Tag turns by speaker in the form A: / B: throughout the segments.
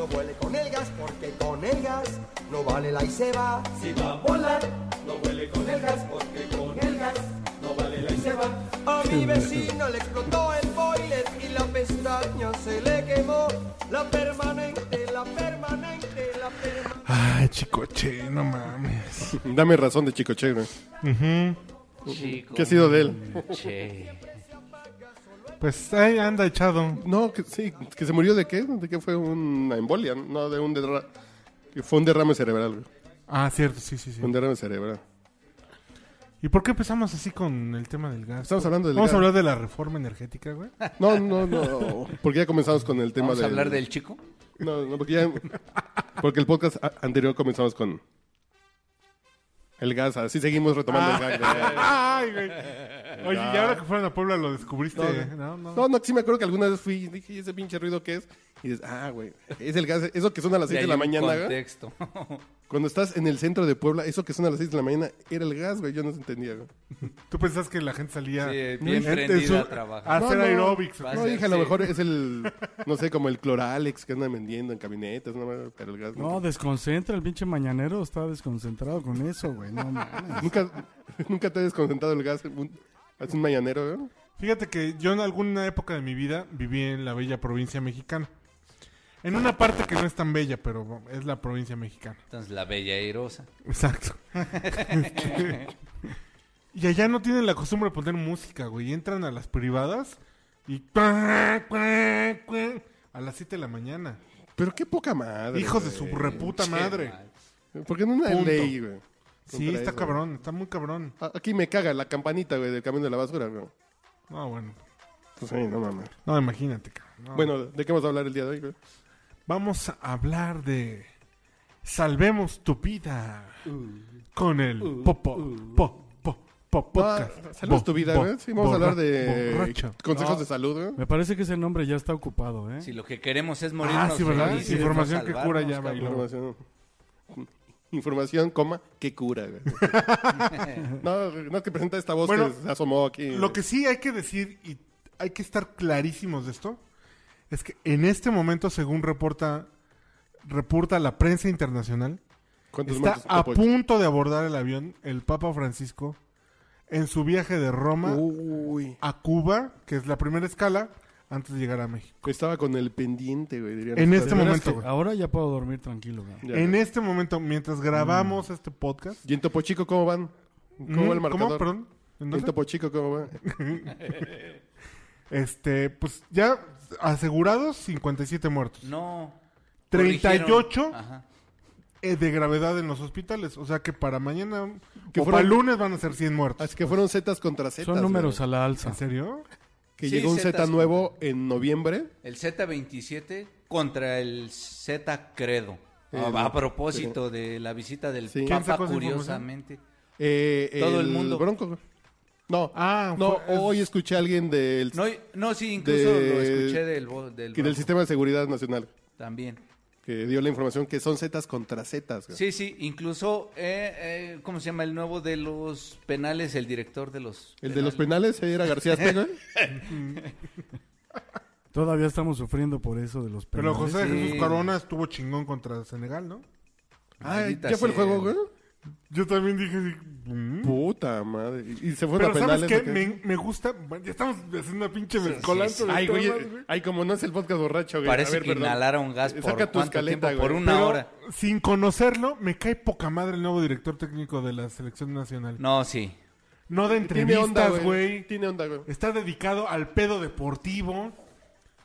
A: el gas, porque con el gas no vale la ICEBA.
B: Si va a volar, no huele con el gas, porque con el gas no vale la ICEBA.
A: A mi vecino le explotó el boiler y la pestaña se le quemó. La permanente, la permanente, la permanente.
C: Ay, chicoche, no mames.
D: Dame razón de Chico Che, güey.
E: Chico,
D: ¿Qué ha sido de él?
E: Che.
C: Pues ahí anda echado.
D: No, que sí, que se murió de qué? ¿De qué fue una embolia? No, de un derrame. Fue un derrame cerebral, güey.
C: Ah, cierto, sí, sí, sí.
D: Un derrame cerebral.
C: ¿Y por qué empezamos así con el tema del gas?
D: Estamos hablando del
C: Vamos
D: gas.
C: a hablar de la reforma energética, güey.
D: No, no, no. Porque ya comenzamos con el tema
E: Vamos
D: del-
E: a hablar del chico.
D: No, no, porque ya. Porque el podcast a- anterior comenzamos con. El gas, así seguimos retomando
C: Ah.
D: el gas. güey.
C: Ay, güey. Oye, y ahora que fueron a Puebla lo descubriste. No, no.
D: No, no, sí me acuerdo que alguna vez fui y dije, ¿y ese pinche ruido qué es? Y dices, ah, güey, es el gas, eso que suena a las 6 de
E: hay
D: la
E: un
D: mañana, güey.
E: contexto.
D: Cuando estás en el centro de Puebla, eso que suena a las 6 de la mañana era el gas, güey, yo no se entendía, güey.
C: Tú pensás que la gente salía
E: Sí, bien
C: en- en
E: prendida
C: su-
E: a trabajar.
C: a hacer
D: No, no.
C: aeróbics.
E: Va a
D: No,
E: ser,
D: dije, a lo
E: sí.
D: mejor es el, no sé, como el cloralex que andan vendiendo en camionetas, no, mames, pero el gas.
F: No,
D: nunca-
F: desconcentra, el pinche mañanero está desconcentrado con eso, güey. No mames.
D: nunca, nunca te has desconcentrado el gas, un, hace un mañanero, güey.
C: Fíjate que yo en alguna época de mi vida viví en la bella provincia mexicana. En una parte que no es tan bella, pero es la provincia mexicana.
E: Entonces, la bella airosa.
C: Exacto. Este, y allá no tienen la costumbre de poner música, güey. Entran a las privadas y... cuac, cuac, cuac, A las 7 de la mañana.
D: Pero qué poca madre.
C: Hijos de
D: güey.
C: su reputa madre.
D: Porque no una
C: Punto.
D: ley, güey.
C: Sí, está
D: Contra eso,
C: cabrón, está muy cabrón.
D: güey. A- Aquí me caga la campanita, güey, del camión de la basura, güey.
C: No, bueno.
D: Pues, sí, no mames.
C: No, imagínate, cabrón. No.
D: Bueno, ¿de qué vamos a hablar el día de hoy, güey?
C: Vamos a hablar de Salvemos tu vida
D: Uh.
C: con el popo, po, po, po, podcast.
D: Ah, Saludos
C: Bo-
D: uh. tu vida,
C: bo-
D: güey. Sí, vamos a hablar
C: borra-
D: de
C: borracho. Ah.
D: consejos de salud, güey.
F: Me parece que ese nombre ya está ocupado, ¿eh?
E: Si lo que queremos es morirnos.
C: Ah, sí, ¿verdad?
E: felices,
C: Sí, información
E: no
C: que cura ya,
E: salvarnos,
C: bailó.
D: Información. Información, coma, qué cura, güey. no, no es que presenta esta voz
C: Bueno,
D: que se asomó aquí.
C: Lo que sí hay que decir y hay que estar clarísimos de esto es que en este momento, según reporta reporta la prensa internacional,
D: ¿Cuántos
C: está
D: muertos?
C: a
D: Popo?
C: punto de abordar el avión el Papa Francisco en su viaje de Roma
D: Uh. Uy.
C: a Cuba, que es la primera escala antes de llegar a México.
D: Estaba con el pendiente, güey. dirían
C: En
D: los
C: este
D: padres.
C: momento, güey.
F: Ahora ya puedo dormir tranquilo, güey.
D: Ya,
C: en
D: güey.
C: este momento, mientras grabamos este podcast.
D: ¿Y en Topo Chico cómo van? ¿Cómo va el marcador?
C: Perdón. ¿En
D: ¿En
C: dónde?
D: Topo Chico cómo va?
C: Este, pues ya asegurados 57 muertos.
E: No.
C: 38.
E: Corrigieron. Ajá.
C: eh, de gravedad en los hospitales. O sea que para mañana
D: Que
C: o
D: fueron-
C: para el lunes van a ser 100 muertos.
D: Así Ah, que fueron Zetas contra Zetas.
F: Son números
D: güey.
F: a la alza.
C: ¿En serio?
D: Que
E: Sí,
D: llegó un
E: Zetas
D: Z nuevo en noviembre.
E: El Z27 contra el Z Credo. Ah, a, a propósito de la visita del
D: Sí.
C: ¿Quién
E: Papa,
C: sacó esa información?
E: curiosamente.
D: Eh,
E: Todo el mundo.
D: Bronco. güey. No.
C: Ah,
D: no,
C: fue- es-
D: hoy escuché a alguien del,
E: No, no, sí, incluso
D: De-
E: lo escuché del, vo- del,
D: que del
E: banco
D: Sistema de Seguridad Nacional
E: también.
D: que dio la información que son Zetas contra Zetas. güey.
E: Sí, sí, incluso, eh, eh, ¿cómo se llama el nuevo de los penales? El director de los...
D: El de los penales era García Azteca. güey.
F: Todavía estamos sufriendo por eso de los
C: Pero
F: penales.
C: José
E: Sí.
C: Jesús Corona estuvo chingón contra Senegal, ¿no?
D: Ah,
E: Maldita
D: ya fue el
E: sea.
D: juego, güey.
C: Yo también dije así, "Mm".
D: Puta madre. Y y se fueron
C: Pero
D: a
C: ¿sabes
D: penales.
C: qué?
D: ¿o qué?
C: Me, me gusta. Bueno, ya estamos haciendo una pinche mezcolanza
E: sí, sí.
C: de
D: Ay, güey,
C: temas,
D: eh, ay, como no es el podcast borracho, güey.
E: Parece
D: A ver,
E: que
D: perdón. Eh,
E: inhalaron gas por
D: Saca tu
E: cuánto
D: escaleta,
E: tiempo, por
D: güey.
E: una
C: Pero
E: hora.
C: sin conocerlo, me cae poca madre el nuevo director técnico de la selección nacional. No,
E: No, sí.
C: de
D: Tiene onda,
C: entrevistas, güey.
D: Tiene onda, güey.
C: Está dedicado al pedo deportivo.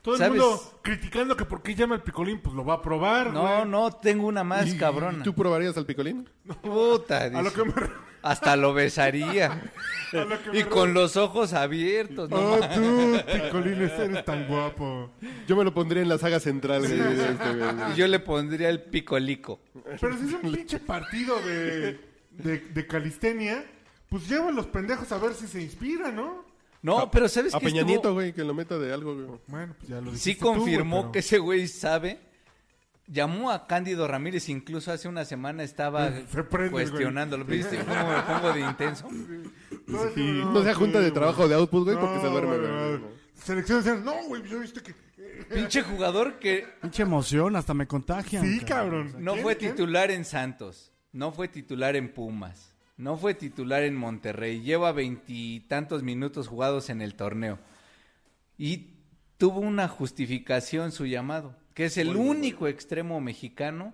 C: Todo
E: ¿Sabes?
C: el mundo criticando que por qué llama el picolín, pues lo va a probar,
E: No,
C: güey.
E: no, tengo una más
D: ¿Y-
E: cabrona.
D: y ¿Tú probarías al picolín?
E: Puta,
C: A lo
E: dice.
C: que me, a
E: Hasta lo besaría.
C: lo que me
E: y con los ojos abiertos. No,
C: Oh, tú, picolín, eres tan guapo.
D: Yo me lo pondría en la saga central, güey. de este, güey.
E: Y yo le pondría el picolico.
C: Pero si es un pinche partido de, de, de calistenia, pues lleva a los pendejos a ver si se inspira, ¿no?
E: No, pero ¿sabes
D: A
E: qué?
D: Peña
E: estuvo-
D: Nieto, güey, que lo meta de algo, güey.
C: Bueno, pues ya lo dijiste
E: Sí
C: tú, güey,
E: confirmó
C: pero-
E: que ese güey sabe. Llamó a Cándido Ramírez, incluso hace una semana estaba
C: Se prende el Eh, güey.
E: cuestionándolo. ¿Viste cómo me pongo de intenso?
C: No,
D: Y
C: no,
D: no sea junta
C: sí,
D: de
C: güey.
D: trabajo de output, güey, porque se
C: No,
D: duerme,
C: güey,
D: güey.
C: no. Selección nacional, no, güey, yo viste que eh,
E: Pinche jugador que
F: Pinche emoción, hasta me contagian.
C: Sí, cabrón.
E: no
C: ¿Quién?
E: fue
C: ¿Quién?
E: titular en Santos, no fue titular en Pumas, no fue titular en Monterrey, lleva veintitantos minutos jugados en el torneo. Y tuvo una justificación su llamado, que es el único extremo mexicano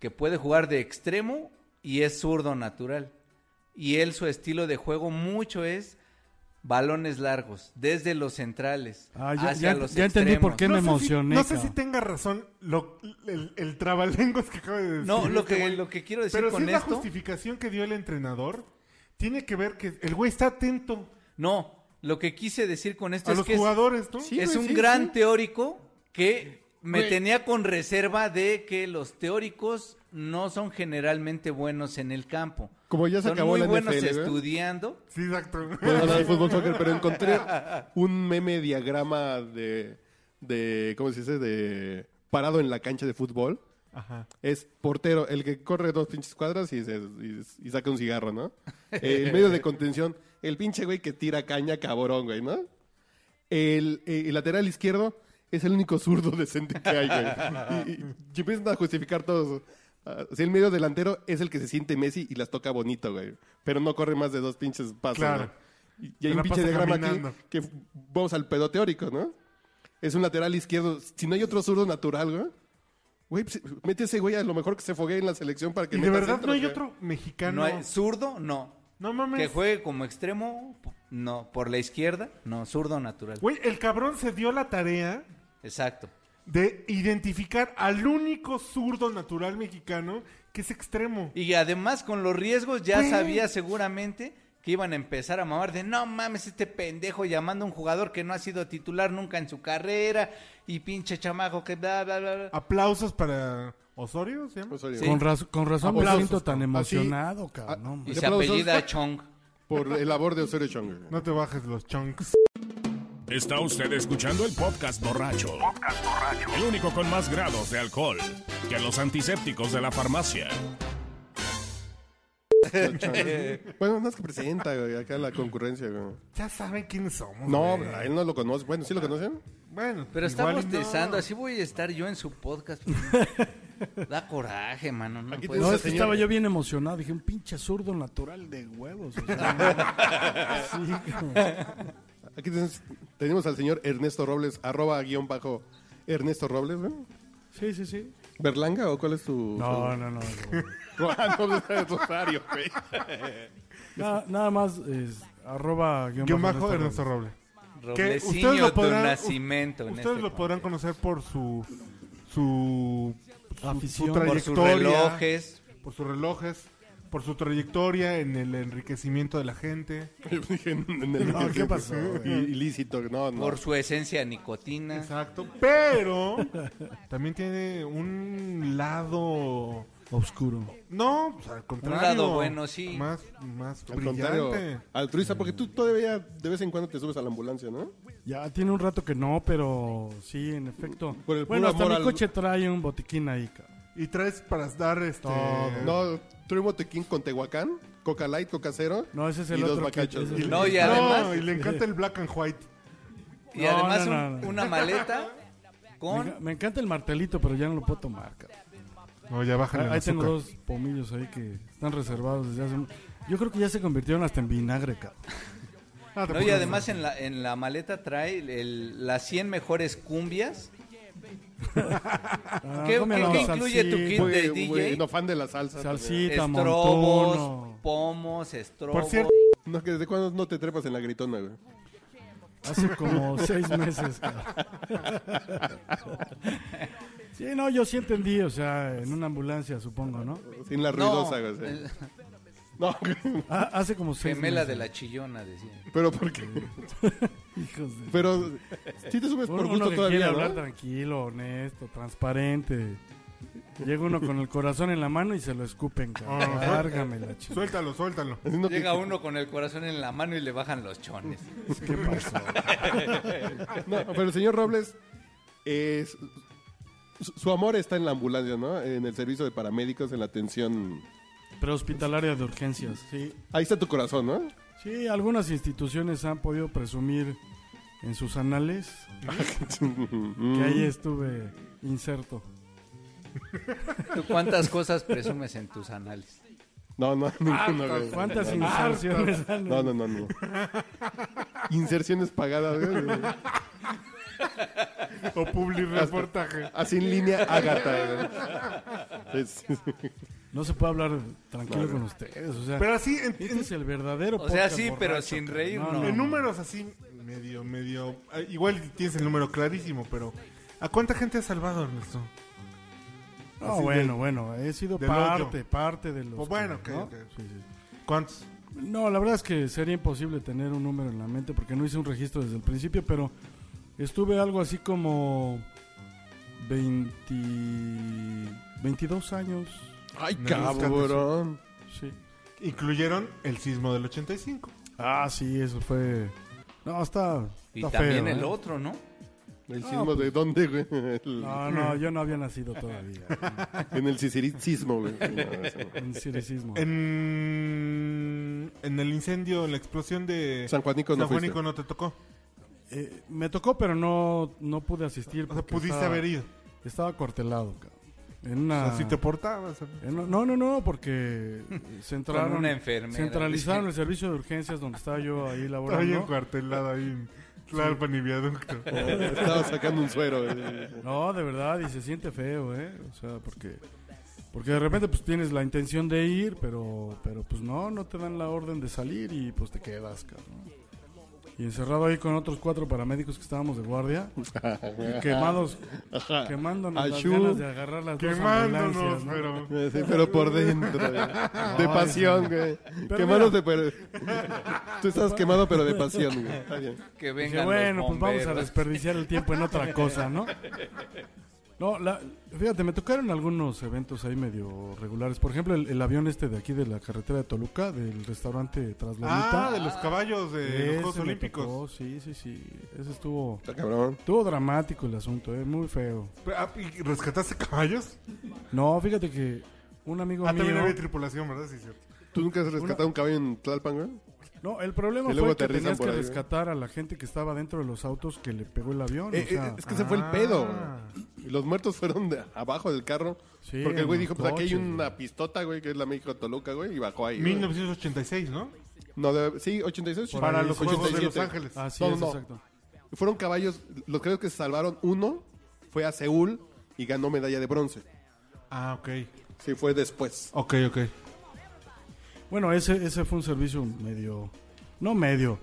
E: que puede jugar de extremo y es zurdo natural. Y él su estilo de juego mucho es balones largos, desde los centrales
F: Ah, ya,
E: hacia
F: ya-
E: los
F: ya entendí por
E: extremos.
F: qué me
C: sé si-
F: emocioné.
C: no sé si
F: cabrón.
C: tenga razón lo- el, el trabalenguas que acaba de decir.
E: No, lo
C: este
E: que,
C: güey.
E: lo que quiero decir
C: Pero si
E: con
C: es la
E: esto...
C: justificación que dio el entrenador, tiene que ver que el güey está atento
E: No, lo que quise decir con esto
C: a
E: es
C: los
E: que es-
C: jugadores, ¿no?
E: es,
D: güey,
E: un
D: sí,
E: gran
D: sí.
E: teórico que me
D: Güey.
E: tenía con reserva de que los teóricos no son generalmente buenos en el campo.
D: Como ya se
E: son
D: acabó
E: muy
D: la
E: buenos
D: NFL, güey.
E: estudiando.
C: Sí, exacto.
D: Puedo hablar de fútbol soccer, pero encontré un meme diagrama de, de ¿cómo se dice? De parado en la cancha de fútbol.
C: Ajá.
D: Es portero, el que corre dos pinches cuadras y, se- y- y saca un cigarro, ¿no? Eh, en medio de contención, el pinche güey que tira caña cabrón, güey, ¿no? El, eh, el lateral izquierdo es el único zurdo decente que hay, güey. Y, y- y empiezan a justificar todos. Ah, sí, el medio delantero es el que se siente Messi y las toca bonito, güey. Pero no corre más de dos pinches pasos.
C: Claro.
D: güey. Y, y hay
C: Se la
D: un pinche
C: pasa
D: diagrama
C: caminando.
D: aquí que f- vamos al pedo teórico, ¿no? Es un lateral izquierdo. Si no hay otro zurdo natural, güey. Güey, pues, mete ese güey a lo mejor que se foguee en la selección para que
C: Y de
D: meta
C: verdad
D: centros,
C: no hay
D: güey.
C: otro mexicano.
E: No hay- zurdo, no.
C: No mames.
E: Que juegue como extremo, p- no. Por la izquierda, no. Zurdo natural.
C: Güey, el cabrón se dio la tarea
E: Exacto.
C: de identificar al único zurdo natural mexicano que es extremo.
E: Y además con los riesgos ya
C: Güey.
E: sabía seguramente que iban a empezar a mamar de no mames este pendejo llamando a un jugador que no ha sido titular nunca en su carrera y pinche chamaco que bla bla bla.
C: Ah,
E: bla.
C: Aplausos para Osorio, ¿se llama?
D: Osorio.
E: Sí.
F: Con, raz- con razón me
D: Aplausos.
F: siento tan
D: Así-
F: emocionado,
D: Ah,
F: cabrón. no,
E: Y
F: man.
D: de
E: se
D: aplausos.
E: apellida Chong.
D: Por el labor de Osorio Chong. güey.
C: No te bajes los chunks.
G: Está usted escuchando el podcast borracho. El único con más grados de alcohol que los antisépticos de la farmacia.
D: Bueno, no es que presenta, güey, acá la concurrencia, güey.
C: Ya saben quiénes somos.
D: No,
C: güey.
D: a él no lo conoce. Bueno, ¿sí lo conocen?
C: Bueno,
E: Pero está
C: igual y no.
E: bostezando, así voy a estar yo en su podcast. da coraje, mano. No
D: Aquí
E: puedes-
F: No,
D: ese
F: es que
D: señor-
F: estaba yo bien emocionado. Dije, un pinche zurdo natural de huevos. o sea, sí, cabrón.
D: Aquí tenemos- tenemos al señor Ernesto Robles, arroba guión bajo Ernesto Robles, güey.
F: sí, sí, sí.
D: ¿Berlanga o cuál es tu...?
F: No, no, no. no.
D: no. Ah, no, es Rosario, güey.
F: Nada, nada más es arroba guión,
C: Guión
F: bajo
C: bajo
F: Ernesto
C: Ernesto Roble. Que
E: Roblesinho
C: ustedes lo podrán,
E: de nacimiento. en
C: ustedes
E: este
C: lo podrán
E: contexto.
C: conocer por su su, su-
F: Afición.
C: su
E: Por sus
C: trayectoria,
E: relojes.
C: por sus relojes, por su trayectoria en el enriquecimiento de la gente.
D: Yo dije, en el-
F: No, ¿qué pasó, güey?
D: Ilícito, no, no.
E: Por su esencia de nicotina.
C: Exacto, pero también tiene un lado
F: Oscuro.
C: no, pues, al contrario,
E: lado bueno, sí.
C: más más
D: Al
C: brillante.
D: contrario, altruista, porque tú todavía de vez en cuando te subes a la ambulancia, ¿no?
F: Ya tiene un rato que no, pero sí, en efecto.
D: Por el
F: bueno,
D: puro
F: hasta
D: amor
F: mi
D: al-
F: coche trae un botiquín ahí, cabrón.
C: Y traes para dar este
D: Eh, No, tuve un botequín con Tehuacán, Coca Light, Coca Cero.
F: No, ese es el
D: y dos
F: otro que-
D: bacachos.
F: ese es el-
E: No, y
C: No,
E: además.
C: y le encanta el black and white.
E: Y
F: No,
E: además
F: no,
E: un-
F: no, no.
E: una maleta
F: Me,
E: con...
F: enca- me encanta el martelito, pero ya no lo puedo tomar, cabrón.
C: No, ya bájale
F: Ah,
C: el
F: Ahí tengo
C: azúcar.
F: dos pomillos ahí que están reservados desde hace... mu- Yo creo que ya se convirtieron hasta en vinagre, cabrón.
C: Ah,
E: No, y
C: tampoco-
E: además en la, en la maleta trae el- las 100 mejores cumbias.
F: Ah,
E: ¿Qué-
F: cómelo,
E: qué- qué incluye tu
F: salsita,
E: kit?
D: Muy-
E: de
D: muy-
E: DJ.
D: No, fan de la salsa. también.
F: Salsita,
E: Estrobos,
F: montuno.
E: pomos, estrobos.
C: Por cierto,
D: No, que desde cuándo no te trepas en la gritona, güey.
F: Hace como seis meses, cabrón. Sí, no, yo sí entendí, o sea, en una ambulancia, supongo, ¿no?
D: Sin la
E: no,
D: ruidosa, güey. sí.
E: el-
D: No, güey.
F: Ah, hace como seis
E: gemela de
F: meses.
E: la chillona, decía.
D: pero ¿por qué?
F: Hijos de...
D: Pero si te subes por
F: Uno
D: gusto
F: que quiere
D: todavía,
F: hablar
D: ¿no?
F: tranquilo, honesto, transparente. Llega uno con el corazón en la mano y se lo escupen, cabrón. Lárgame la chica.
C: suéltalo, suéltalo.
D: Haciendo que-
E: Llega uno con el corazón en la mano y le bajan los chones.
F: ¿Qué pasó?
D: No, pero el señor Robles, es, su, su amor está en la ambulancia, ¿no? En el servicio de paramédicos, en la atención.
F: Prehospitalaria de urgencias, sí.
D: Ahí está tu corazón, ¿no?
F: Sí, algunas instituciones han podido presumir en sus anales, que ahí estuve inserto.
E: ¿Tú cuántas cosas presumes en tus anales?
D: No,
F: Ah,
D: no, ninguno, güey.
F: ¿Cuántas inserciones han-
D: No, no, no, no. Inserciones pagadas, güey.
C: O public reportaje.
D: Así en línea, Agatha. güey. Es-
F: No se puede hablar tranquilo con ustedes, o sea,
C: Pero así, en,
F: este es el verdadero
E: O sea,
F: podcast
E: sí, pero
F: borracho,
E: sin
F: cabrón.
E: reír,
F: No,
E: no.
C: en números así, medio, medio... eh, Igual tienes el número clarísimo, pero... ¿A cuánta gente has salvado, Ernesto?
F: No,
C: Así de-
F: bueno, bueno, he sido
C: del
F: parte,
C: hoyo.
F: parte de los...
C: Pues bueno,
F: que-
C: ok,
F: ¿no?
C: ok.
F: Sí, sí.
C: ¿Cuántos?
F: No, la verdad es que sería imposible tener un número en la mente porque no hice un registro desde el principio, pero estuve algo así como 20, 22 años.
D: Ay,
C: Me
D: cabrón.
F: Sí.
C: Incluyeron el sismo del 85.
F: Ah, sí, eso fue. No, está.
E: Y
F: está
E: también
F: feo,
E: el
F: ¿eh?
E: otro, ¿no?
D: ¿El sismo de dónde, güey? El-
F: No, no, yo no había nacido todavía.
D: En el sisiri- sismo, güey. Sí, no, eso, güey.
F: en siricismo.
C: En, en el incendio, la explosión de
D: San Juanico no
C: San
D: fuiste.
C: Juanico no te tocó.
F: Eh, me tocó, pero no, no pude asistir.
C: O sea,
F: porque
C: pudiste
F: estaba, Ah.
C: haber ido.
F: Estaba cortelado, cabrón. En
C: O
F: una.
C: sea, si te portabas. ¿no?
F: Eh, No, no, no, no, porque centraron,
E: Con una enfermera.
F: centralizaron el servicio de urgencias donde estaba yo
C: Estaba
F: ahí
C: ahí
F: laborando.
C: encuartelado ahí en Tlalpan y Viaducto.
D: Estaba sacando un suero, güey.
F: No, de verdad, y se siente feo, ¿eh? O sea, porque, porque de repente pues tienes la intención de ir, pero, pero pues no, no te dan la orden de salir y pues te quedas, cabrón. Y encerrado ahí con otros cuatro paramédicos que estábamos de guardia, y quemados, quemándonos las
D: Achú.
F: ganas de agarrar las dos
C: Quemándonos,
F: ambulancias, ¿no?
C: pero...
D: Sí, pero por dentro, güey. De pasión, güey. Quemados de... Pero... Tú estás quemado, pero de pasión, güey. Está bien.
E: Que
F: Dije,
E: vengan
F: bueno, pues vamos a
E: bomberos".
F: desperdiciar el tiempo en otra cosa, ¿no? No, la- fíjate, me tocaron algunos eventos ahí medio regulares. Por ejemplo, el, el avión este de aquí de la carretera de Toluca, del restaurante Traslanita.
C: Ah, de los caballos de los Juegos Olímpicos.
F: sí, sí, sí. Ese estuvo,
D: Está cabrón.
F: estuvo dramático el asunto, ¿eh? muy feo.
C: Pero, ah, ¿Y rescataste caballos?
F: No, fíjate que un amigo
C: Ah, también
F: mío...
C: había tripulación, ¿verdad? Sí, cierto.
D: ¿Tú nunca has rescatado un caballo en Tlalpan, güey?
F: No, el problema
D: Y luego
F: fue que
D: aterrizan
F: tenías que
D: por ahí, ¿eh?
F: rescatar a la gente que estaba dentro de los autos que le pegó el avión. o
D: Eh,
F: sea,
D: eh, es que ese fue el pedo. güey. Y Los muertos fueron de abajo del carro.
F: Sí,
D: porque el güey
F: en
D: dijo,
F: los
D: pues aquí hay
F: coches,
D: una pistota, güey, que es la México Toluca, güey, y bajó ahí. güey.
C: 1986, ¿no?
D: No, de- sí, 86.
C: Para los Juegos de
D: 87.
C: Los Ángeles.
F: así
D: No,
F: es,
D: no.
F: exacto.
D: Fueron caballos, los caballos que se salvaron, uno fue a Seúl y ganó medalla de bronce.
C: Ah, ok.
D: Sí, fue después.
C: Ok, ok.
F: Bueno, ese, ese fue un servicio medio, no medio,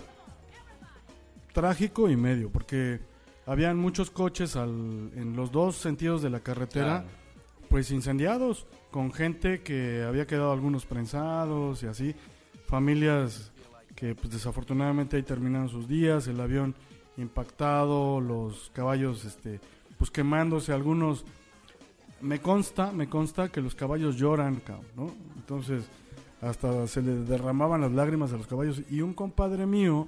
F: trágico y medio, porque habían muchos coches al- en los dos sentidos de la carretera, pues incendiados, con gente que había quedado algunos prensados y así, familias que pues, desafortunadamente ahí terminaron sus días, el avión impactado, los caballos este, pues quemándose, algunos me consta, me consta que los caballos lloran, cabrón, ¿no? Entonces, hasta se le derramaban las lágrimas a los caballos. Y un compadre mío,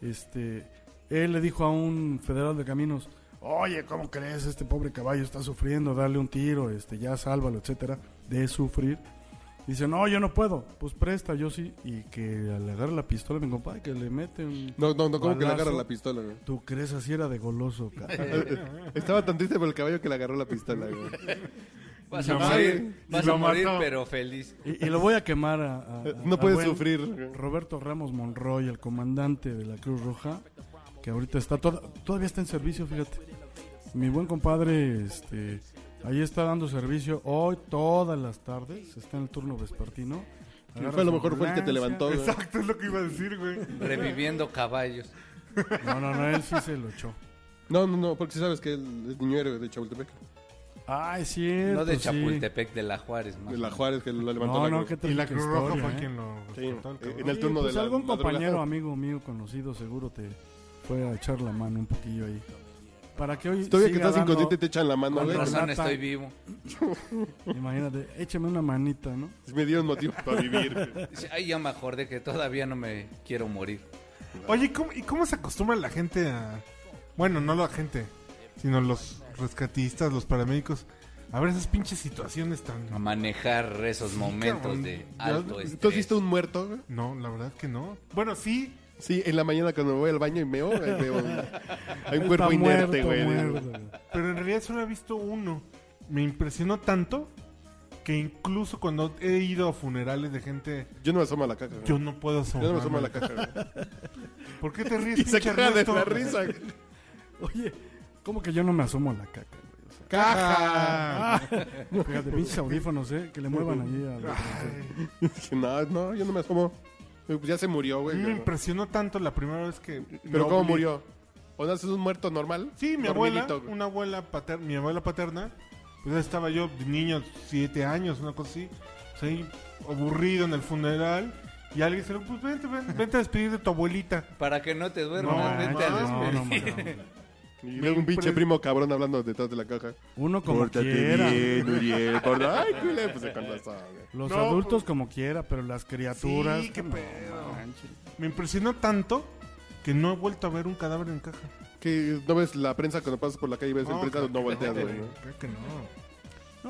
F: este, él le dijo a un federal de caminos, oye, ¿cómo crees? Este pobre caballo está sufriendo, dale un tiro, este, ya sálvalo, etcétera, de sufrir. Dice, no, yo no puedo. Pues presta, yo sí. Y que le agarra la pistola a mi compadre, que le mete un...
D: No, no, no, ¿cómo que le
F: balazo.
D: agarra la pistola, güey?
F: ¿Tú crees así era de goloso, cabrón?
D: Eh, Estaba tan triste por el caballo que le agarró la pistola, güey.
E: Vas a
D: Lo
E: morir,
D: maté.
E: vas
C: Lo
E: a morir,
C: mató.
E: pero feliz.
F: Y, y lo voy a quemar a... a- a-
D: No
F: a
D: puede
F: buen-
D: sufrir. güey.
F: Roberto Ramos Monroy, el comandante de la Cruz Roja, que ahorita está toda- todavía está en servicio, fíjate. Mi buen compadre, este, ahí está dando servicio hoy todas las tardes, está en el turno vespertino.
D: Fue a lo mejor fue el que te levantó, güey.
C: Exacto, es lo que iba a decir, güey.
E: Reviviendo caballos.
F: No, no, no, él sí se lo echó.
D: No, no, no, porque sí sabes que él es niño héroe de Chapultepec.
F: Ah, es cierto.
E: No de
F: sí.
E: Chapultepec, de la Juárez, más.
D: De la Juárez que lo levantó
F: No,
D: la
F: no,
D: cruz.
F: qué
C: Y
F: trágica
C: la Cruz Roja
F: historia,
C: fue
F: ¿eh?
C: quien lo
D: Sí,
C: rescató al cabrón.
D: en el turno
F: Pues
D: de la
F: algún
D: madrugada.
F: compañero, amigo mío, conocido, seguro te fue a echar la mano un poquillo ahí. Para que hoy
D: Todavía que
F: siga
D: estás
F: dando-
D: inconsciente te echan la mano,
F: Con
D: güey.
E: Por razón
F: Renata.
E: estoy vivo.
F: Imagínate, échame una manita, ¿no?
D: Me dieron motivo para vivir. güey.
E: Dice, Ay, ya me acordé que todavía no me quiero morir.
C: Oye, ¿cómo, ¿y cómo se acostumbra la gente a... Bueno, no la gente, sino los rescatistas, los paramédicos, a ver esas pinches situaciones tan...
E: A manejar esos momentos
C: cabrón.
E: de
C: Ya,
E: alto
D: ¿Tú has
E: estrés.
D: visto un muerto, güey?
C: No, la verdad que no. Bueno, sí,
D: Sí, en la mañana cuando me voy al baño y meo, ahí veo un- hay un
F: Está
D: cuerpo inerte,
F: muerto,
D: güey.
F: muerto, güey.
C: Pero en realidad solo he visto uno. Me impresionó tanto que incluso cuando he ido a funerales de gente,
D: Yo no me asomo a la caca. güey.
C: yo no puedo
D: Yo no me asomo a
C: asomarme.
D: la caca. güey.
C: ¿Por qué te ríes,
D: Y se
C: pinche
D: caga de
C: Ernesto?
D: la risa. güey.
F: Oye, ¿cómo que yo no me asomo a la caca, güey? O sea,
D: ¡Caja!
C: Ah,
F: fíjate, pinches audífonos, ¿eh? Que le muevan allí a la
D: Dije, no, no, yo no me asomo. Pues Ya se murió,
C: A
D: güey.
C: mí me
F: Mm,
D: Pero,
C: impresionó tanto la primera vez que... me
D: ¿cómo
C: obli-
D: murió? ¿O no es un muerto normal?
C: Sí, mi abuela,
D: Dormidito, güey.
C: una abuela paterna, mi abuela paterna, pues estaba yo de niño, siete años, una cosa así, pues, ahí aburrido en el funeral, y alguien se lo pues vente, ven- vente a despedir de tu abuelita.
E: Para que no te duermas,
F: No,
E: vente a
F: no, no,
E: despedir.
F: no, mames.
D: Y luego un pinche primo cabrón hablando detrás de la caja.
F: Uno como
D: Pórtate
F: quiera.
D: bien, Uriel. porta- Ay, culé, pues con razón, güey.
F: Los
C: No,
F: adultos como quiera, pero las criaturas.
C: Sí, qué
F: no,
C: pedo.
F: manches.
C: Me impresionó tanto que no he vuelto a ver un cadáver en caja.
D: Que no ves la prensa cuando pasas por la calle y ves el prensa, no volteas, güey. ¿no?
C: Creo que no.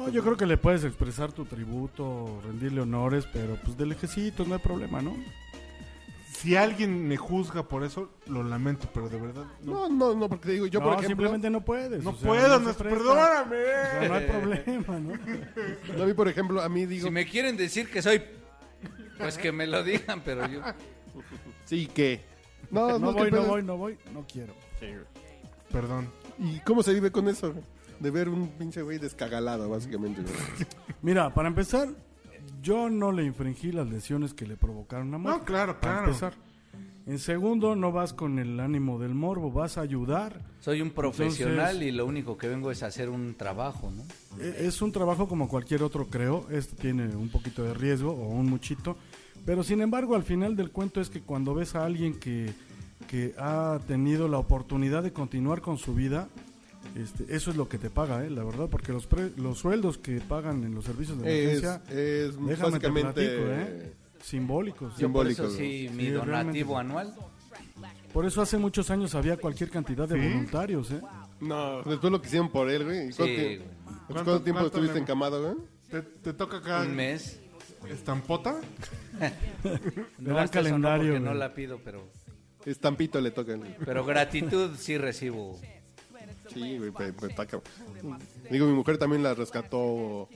F: No, yo creo que le puedes expresar tu tributo, rendirle honores, pero pues de lejecitos no hay problema, ¿no?
C: Si alguien me juzga por eso, lo lamento, pero de verdad no,
D: No, no, no, porque te digo, yo
F: no,
D: por ejemplo,
F: simplemente no puedes.
C: no
F: o sea,
C: puedo,
F: se
C: no-
F: presta.
C: perdóname.
F: O sea, no hay problema, ¿no?
D: no, a mí por ejemplo, a mí digo,
E: Si me quieren decir que soy, pues que me lo digan, pero yo...
D: sí que no, no,
F: No
D: ¿qué
F: voy, no
D: pedo?
F: voy, no voy, no quiero.
C: Perdón.
D: ¿Y cómo se vive con eso? güey? De ver un pinche güey descagalado, básicamente. güey.
F: Mira, para empezar, yo no le infringí las lesiones que le provocaron a muerte.
C: No, claro,
F: para
C: claro.
F: empezar. En segundo, no vas con el ánimo del morbo, vas a ayudar.
E: Soy un profesional
F: Entonces-
E: y lo único que vengo es a hacer un trabajo, ¿no?
F: E- Es un trabajo como cualquier otro, creo. Este tiene un poquito de riesgo o un muchito. Pero sin embargo, al final del cuento es que cuando ves a alguien que, que ha tenido la oportunidad de continuar con su vida, este, eso es lo que te paga, ¿eh? la verdad, porque los, pre- los sueldos que pagan en los servicios de
D: Es,
F: emergencia,
D: es
F: déjame te
D: básicamente
F: platico, ¿eh? simbólicos.
E: Yo por eso
D: Simbólico,
E: sí, mi
F: Sí,
E: donativo
F: realmente.
E: anual.
F: Por eso hace muchos años había cualquier cantidad de voluntarios. ¿eh?
D: No, después lo que hicieron por él, güey. ¿Y
E: Sí,
D: ¿Cuánto,
E: güey.
D: ¿cuánto
C: ¿Cuánto-
D: tiempo
C: cuánto
D: estuviste
C: le-
D: encamado, güey?
C: ¿Te, te toca
F: Ah.
C: acá
E: Un mes.
C: estampota?
E: No,
F: dan
E: hasta eso no,
F: calendario,
E: porque no
F: güey.
E: la pido, pero...
D: Estampito le toca. güey.
E: Pero gratitud sí recibo.
D: Sí, güey, pe- pe- está cabrón. Digo, mi mujer también la rescató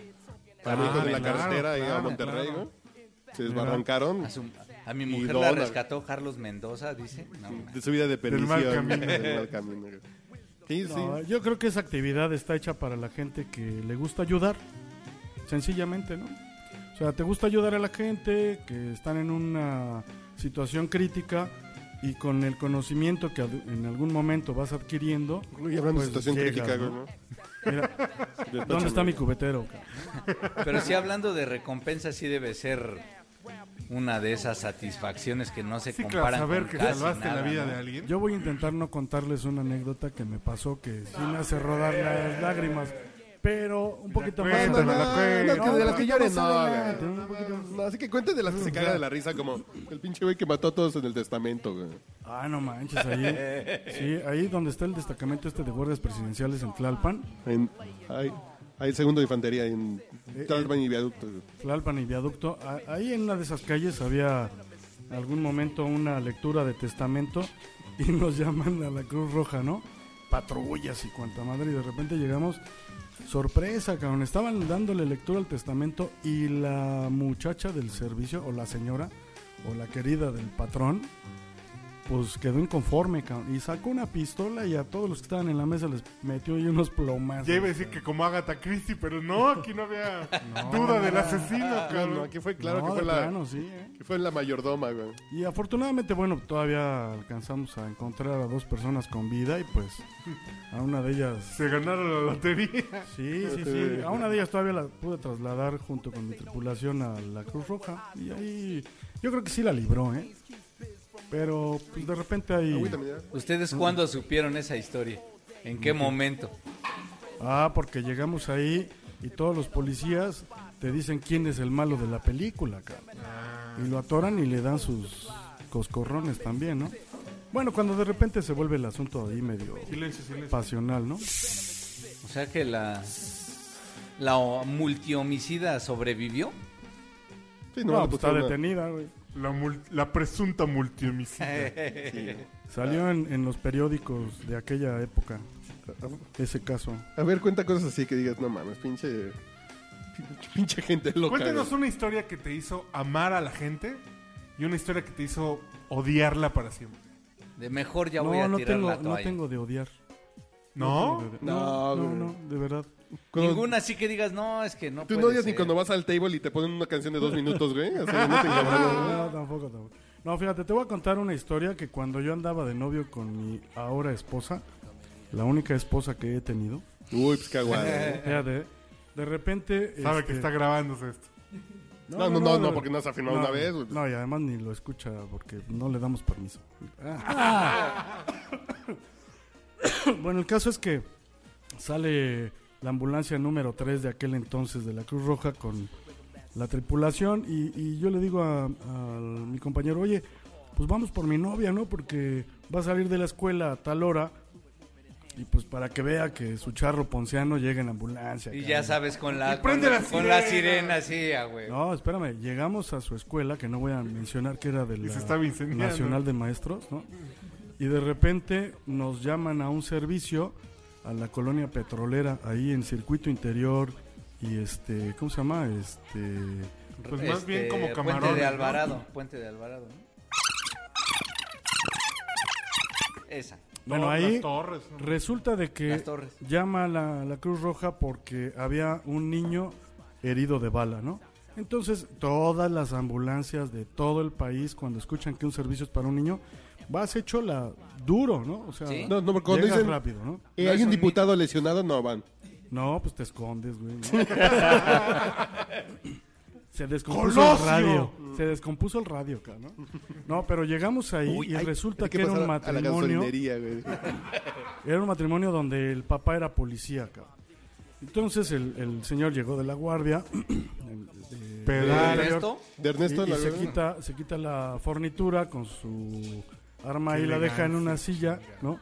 D: a mi hijo de la
C: claro,
D: carretera y a
C: claro,
D: Monterrey,
C: claro.
D: güey. Se desbarrancaron
E: A, su- a mi
D: Y
E: mujer la
D: dona.
E: rescató Carlos Mendoza, dice. No, man.
D: de su vida de
C: Del
D: perdición.
C: mal camino.
D: del mal camino, güey. Sí, sí.
F: No, yo creo que esa actividad está hecha para la gente que le gusta ayudar, sencillamente, ¿no? O sea, te gusta ayudar a la gente que están en una situación crítica y con el conocimiento que ad- en algún momento vas adquiriendo.
D: Y hablando
F: pues,
D: de situación
F: llegas,
D: crítica,
F: ¿no?
D: güey, ¿no?
F: Mira,
D: Despáchame,
F: ¿dónde está mi
D: güey.
F: cubetero? cabrón?
E: Pero sí, hablando de recompensa, sí debe ser una de esas satisfacciones que no se
C: Sí, claro,
E: comparan
C: saber
E: con
C: que
E: casi
C: salvaste
E: nada,
C: la vida
E: ¿no?
C: de alguien.
F: Yo voy a intentar no contarles una anécdota que me pasó que sí me hace rodar las lágrimas, pero un poquito más.
D: No, no,
C: Cuéntala,
D: no, no, que de las que
F: no
D: lloren,
F: pasa
D: no,
F: nada,
D: güey.
F: un poquito más.
D: No, así que cuente de las que se caga de la risa, como el pinche güey que mató a todos en el testamento, güey.
F: Ah, no manches, ahí. sí, ahí donde está el destacamento este de guardias presidenciales en Tlalpan.
D: En- hay, hay segundo de infantería en Tlalpan y Viaducto, güey.
F: Tlalpan y Viaducto. a- Ahí en una de esas calles había algún momento una lectura de testamento y nos llaman a la Cruz Roja, ¿no? Patrullas y cuanta madre. Y de repente llegamos, sorpresa, cabrón. Estaban dándole lectura al testamento y la muchacha del servicio, o la señora, o la querida del patrón, pues quedó inconforme, cabrón. Y sacó una pistola y a todos los que estaban en la mesa les metió ahí unos plomazos.
C: Ya iba a decir que como Agatha Christie, pero no, aquí no había duda del asesino,
D: No,
C: cabrón.
D: no, aquí fue Ah, claro
F: No,
D: que fue
F: de
D: la...
F: plano, sí, ¿eh?
D: Que fue la mayordoma, güey.
F: Y afortunadamente, bueno, todavía alcanzamos a encontrar a dos personas con vida y pues a una de ellas...
C: Se ganaron la lotería.
F: Sí, sí, sí. A una de ellas todavía la pude trasladar junto con mi tripulación a la Cruz Roja. Y ahí yo creo que sí la libró, ¿eh? Pero pues, de repente ahí...
D: Agüita, mira.
E: ¿Ustedes cuándo supieron esa historia? ¿En qué momento?
F: Ah, porque llegamos ahí y todos los policías te dicen quién es el malo de la película, cabrón.
C: Ah.
F: Y lo atoran y le dan sus coscorrones también, ¿no? Bueno, cuando de repente se vuelve el asunto ahí medio
C: Silencio, silencio.
F: pasional, ¿no?
E: O sea que la, la o- multihomicida sobrevivió.
D: Sí,
F: No,
D: nomás le
F: pues está
D: pusieron una-
F: pues, detenida, güey.
C: La, mul- la presunta
E: Eh,
C: multihomicida.
F: Salió en, en los periódicos de aquella época ese caso.
D: A ver, cuenta cosas así que digas, no mames, pinche. Pinche, pinche gente loca.
C: Cuéntanos
D: güey.
C: una historia que te hizo amar a la gente y una historia que te hizo odiarla para siempre.
E: De mejor ya voy
F: No,
E: a
F: no
E: tirar
F: tengo,
E: la
F: no
E: toalla.
F: tengo de odiar.
C: ¿No?
F: tengo de odiar. No,
D: No,
F: no,
D: güey.
F: no, de verdad.
D: Cuando-
E: Ninguna así que digas, no, es que no
D: Tú no
E: puede
D: odias ni
E: ser".
D: cuando vas al table y te ponen una canción de dos minutos, güey. O sea, no te
C: Ah.
D: encabronas, güey.
F: No, tampoco, tampoco. No, fíjate, te voy a contar una historia que cuando yo andaba de novio con mi ahora esposa, la única esposa que he tenido,
D: Uy, pues qué aguado.
F: Eh,
D: güey.
F: fíjate, de repente...
C: Eh, Sabe
F: este,
C: que está grabándose esto.
D: No, no, no, no, porque no se ha firmado una vez, güey.
F: No, y además ni lo escucha porque no le damos permiso.
D: Ah.
F: bueno, el caso es que sale la ambulancia número 3 de aquel entonces de la Cruz Roja con la tripulación y, y yo le digo a, a mi compañero, oye, pues vamos por mi novia, ¿no? Porque va a salir de la escuela a tal hora y pues para que vea que su charro ponciano llega en ambulancia.
E: Y
F: acá,
E: ya
F: ¿no?
E: sabes, con la, con,
C: prende
E: la,
C: la
E: con la
C: sirena.
E: sirena, sí, ah,
C: Eh,
E: güey.
F: No, espérame, llegamos a su escuela, que no voy a mencionar que era de
C: se
F: la
C: estaba incendiando.
F: Nacional de Maestros, ¿no? Y de repente nos llaman a un servicio a la colonia petrolera, ahí en circuito interior, y este, ¿cómo se llama? Este,
C: Pues más bien como
E: Este, Puente
C: camarones,
E: de
C: ¿no?
E: Alvarado, Puente de Alvarado, ¿no? Esa.
F: bueno,
C: Tor-
F: ahí
C: las torres, ¿no?
F: resulta de que
E: Las torres.
F: llama a la, la Cruz Roja porque había un niño herido de bala, ¿no? Entonces, todas las ambulancias de todo el país, cuando escuchan que un servicio es para un niño, vas hecho la duro, ¿no? O sea,
E: Sí.
D: No, no, porque cuando
F: llegas
D: dicen-
F: rápido, ¿no?
D: Eh,
E: No
D: hay
E: es
D: un
E: un
D: diputado lesionado, no van.
F: No, pues te escondes, güey. ¿no? Se descompuso
C: ¡Colosio!
F: el radio. Se descompuso el radio, acá, ¿no? No, pero llegamos ahí y
D: Ay,
F: resulta
D: hay
F: que, era
D: pasar
F: un
D: a- a la
F: matrimonio.
D: gasolinería, güey.
F: Era un matrimonio donde el papá era policía, cabrón. Entonces el, el señor llegó de la guardia el- de-
C: Pedal.
E: ¿Esto?
D: De Ernesto,
F: y, y
D: la
F: se,
D: verdad.
F: quita, se quita la fornitura con su arma
C: Qué
F: y la deja en
C: elegancia.
F: una silla, ¿no?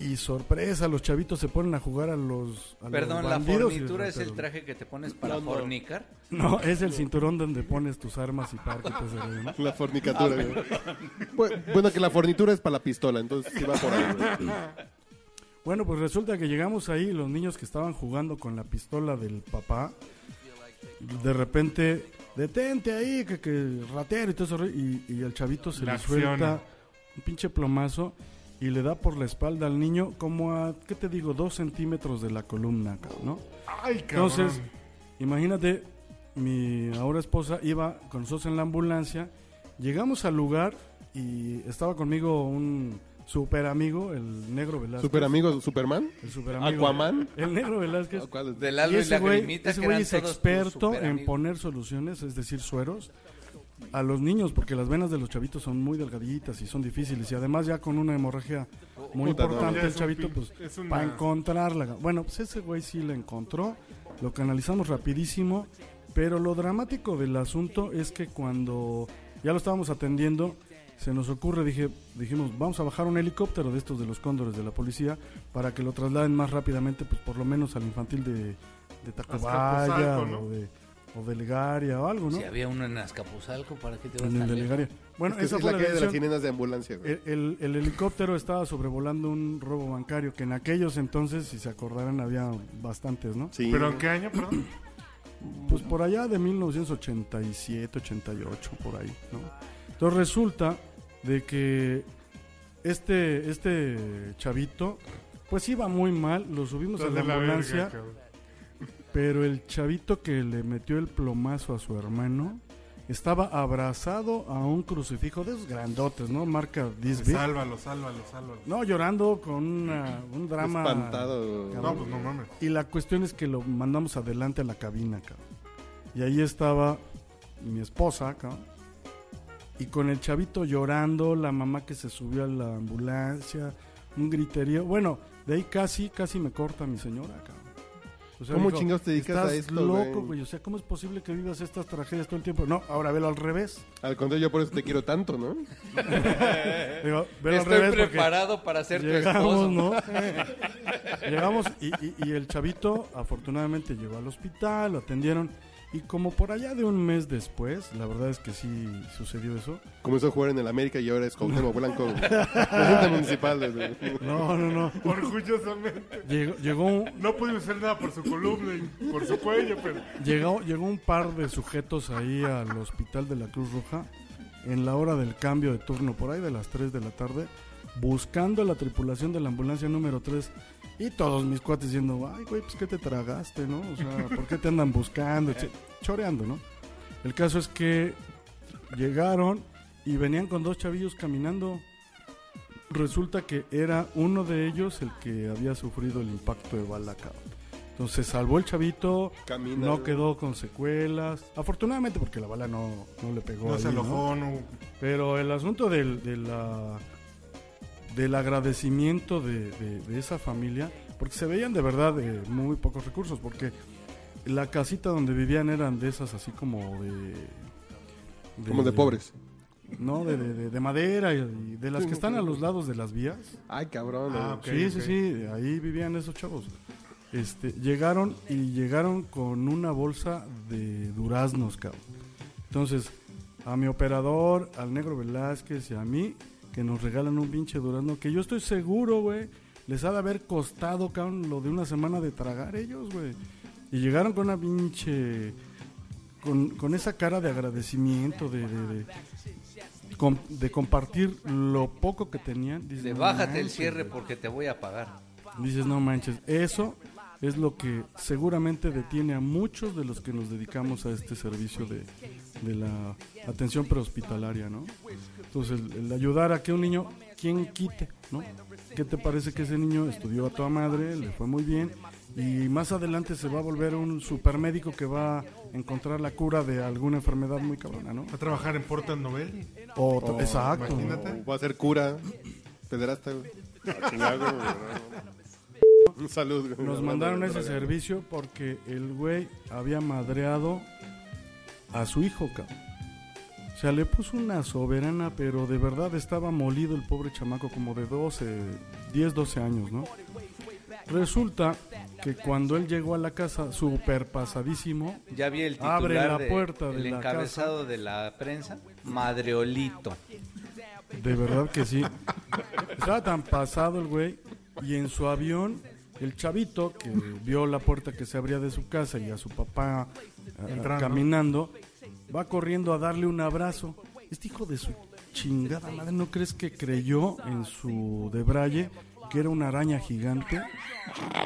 F: Y sorpresa, los chavitos se ponen a jugar a los, a los
E: Perdón, la
F: bandidos y-
E: fornitura es el
F: pero-
E: traje que te pones para fornicar.
F: No, es el cinturón donde pones tus armas y pues, para que te se- ¿no?
D: La fornicatura, güey. Bu- Bueno, que la fornitura es para la pistola, entonces sí va por ahí, güey.
F: Bueno, pues resulta que llegamos ahí y los niños que estaban jugando con la pistola del papá, de repente, detente ahí, que, que ratero y todo eso, y, y el chavito se
C: La
F: le
C: acción.
F: suelta un pinche plomazo y le da por la espalda al niño como a, ¿qué te digo?, dos centímetros de la columna, acá, ¿no?
C: Ay, cabrón.
F: Entonces, imagínate, mi ahora esposa iba con nosotros en la ambulancia. Llegamos al lugar y estaba conmigo un super amigo, el negro Velázquez.
D: Super amigo Superman.
F: El super amigo.
D: Aquaman.
F: El negro Velázquez.
D: ¿Cuál es?
E: Del
F: Y
E: algo y
F: ese
E: la
F: güey,
E: grimita
F: ese
E: que
F: güey
E: eran
F: es
E: todos tus
F: experto en
E: superamigos.
F: poner soluciones, es decir, sueros, a los niños, porque las venas de los chavitos son muy delgaditas y son difíciles. Y además, ya con una hemorragia muy
D: Puta, no.
F: importante,
C: Ya
F: el
C: es un
F: chavito,
C: pin-
F: pues,
C: es una-
F: para encontrarla. Bueno, pues ese güey sí la encontró, lo canalizamos rapidísimo. Pero lo dramático del asunto es que cuando ya lo estábamos atendiendo, se nos ocurre, dije, dijimos, vamos a bajar un helicóptero de estos de los cóndores de la policía para que lo trasladen más rápidamente, pues por lo menos al infantil de, de Tacubaya
C: Azcapotzalco, ¿no?
F: o, de, o de Legaria o algo, ¿no?
E: Si había uno en Azcapotzalco, ¿para qué te vas
F: En el
E: tan
F: de
E: lejos?
F: Legaria. Bueno,
D: Es que
F: esa
D: es
F: fue
D: la
F: la Eh,
D: calle de las
F: dirección.
D: sirenas de ambulancia, güey.
F: El, el- el helicóptero estaba sobrevolando un robo bancario que en aquellos entonces, si se acordaran, había bastantes, ¿no?
D: Sí.
C: ¿Pero en qué año, perdón?
F: Pues por allá de 1987, 88, por ahí, ¿no? Entonces resulta de que este, este chavito, pues iba muy mal, lo subimos a
C: Estás
F: la
C: de la
F: ambulancia,
C: verga, cabrón.
F: pero el chavito que le metió el plomazo a su hermano estaba abrazado a un crucifijo de esos grandotes, ¿no? Marca Disney.
C: Pues Sálvalo, sálvalo, sálvalo.
F: No, llorando con una- un drama.
D: Espantado. güey.
C: No, pues no mames.
F: Y la cuestión es que lo mandamos adelante a la cabina, cabrón. Y ahí estaba mi esposa, cabrón. Y con el chavito llorando, la mamá que se subió a la ambulancia, un griterío. Bueno, de ahí casi, casi me corta mi señora, cabrón. O sea,
D: ¿Cómo chingados te dedicas a
F: "Estás
D: esto,
F: loco,
D: güey?"
F: güey. O sea, ¿cómo es posible que vivas estas tragedias todo el tiempo? No, ahora velo al revés.
D: Al contrario, yo por eso te quiero tanto, ¿no?
F: Digo, velo al
E: Eh, Estoy
F: revés porque-
E: preparado para ser tu esposo.
F: Llegamos, ¿no? Llegamos y, y- y el chavito afortunadamente llegó al hospital, lo atendieron Y como por allá de un mes después, la verdad es que sí sucedió eso.
D: Comenzó a jugar en el América y ahora es Cuauhtémoc Blanco. güey. Presidente municipal. güey.
F: No, no, no.
C: Orgullosamente.
F: Llegó, llegó, un-
C: No pudimos hacer nada por su columna y por su cuello, pero.
F: llegó, llegó un par de sujetos ahí al hospital de la Cruz Roja en la hora del cambio de turno, por ahí de las 3 de la tarde, buscando la tripulación de la ambulancia número 3. Y todos mis cuates diciendo, ay, güey, pues qué te tragaste, ¿no? O sea, ¿por qué te andan buscando? Etc- Choreando, ¿no? El caso es que llegaron y venían con dos chavillos caminando. Resulta que era uno de ellos el que había sufrido el impacto de bala, cabrón. Entonces salvó el chavito,
D: Camina,
F: no
D: güey.
F: quedó con secuelas. Afortunadamente porque la bala no, no le pegó.
C: No se
F: ahí, ¿no?
C: alojó, no.
F: Pero el asunto del, de la- del agradecimiento de, de- de esa familia, porque se veían de verdad de muy pocos recursos, porque la casita donde vivían eran de esas así como de... de-
D: Como de pobres.
F: No, de, de- de- de madera y, y de las que están a los lados de las vías.
D: Ay, cabrón.
C: Ah,
D: güey.
C: ok,
F: sí,
C: ok.
F: sí, sí, ahí vivían esos chavos. Este, llegaron y llegaron con una bolsa de duraznos, cabrón. Entonces, a mi operador, al negro Velázquez y a mí, que nos regalan un pinche durazno, que yo estoy seguro, güey, les ha de haber costado, cabrón, lo de una semana de tragar ellos, güey. Y llegaron con una pinche... Con, con esa cara de agradecimiento, de, de, de- com- de compartir lo poco que tenían. Dices,
E: De
F: "No
E: bájate el
F: manches,
E: cierre
F: güey".
E: porque te voy a pagar.
F: Dices, no manches, eso es lo que seguramente detiene a muchos de los que nos dedicamos a este servicio de, de la atención prehospitalaria, ¿no? Entonces, el, el ayudar a que un niño, quien quite, ¿no? ¿Qué te parece que ese niño estudió a tu madre, le fue muy bien, y más adelante se va a volver un supermédico que va a encontrar la cura de alguna enfermedad muy cabrona, ¿no?
C: A trabajar en Portland Novel.
F: O, exacto.
C: imagínate.
D: Voy a ser cura. Pederasta, güey. Ah, chingado, güey, no, no. Salud, güey.
F: Nos
D: Hablando
F: mandaron
D: de
F: ese
D: droga.
F: servicio porque el güey había madreado a su hijo, cabrón. O sea, le puso una soberana, pero de verdad estaba molido el pobre chamaco, como de 12, 10, 12 años, ¿no? Resulta que cuando él llegó a la casa, super pasadísimo,
E: Ya vi el titular
F: Abre la
E: de-
F: puerta de
E: el
F: la
E: encabezado de la prensa. Madreolito.
F: de verdad que sí. Estaba tan pasado el güey, y en su avión, el chavito que vio la puerta que se abría de su casa y a su papá a- a-
C: Entrando.
F: caminando, va corriendo a darle un abrazo. Este hijo de su chingada madre, ¿no crees que creyó en su debraye que era una araña gigante?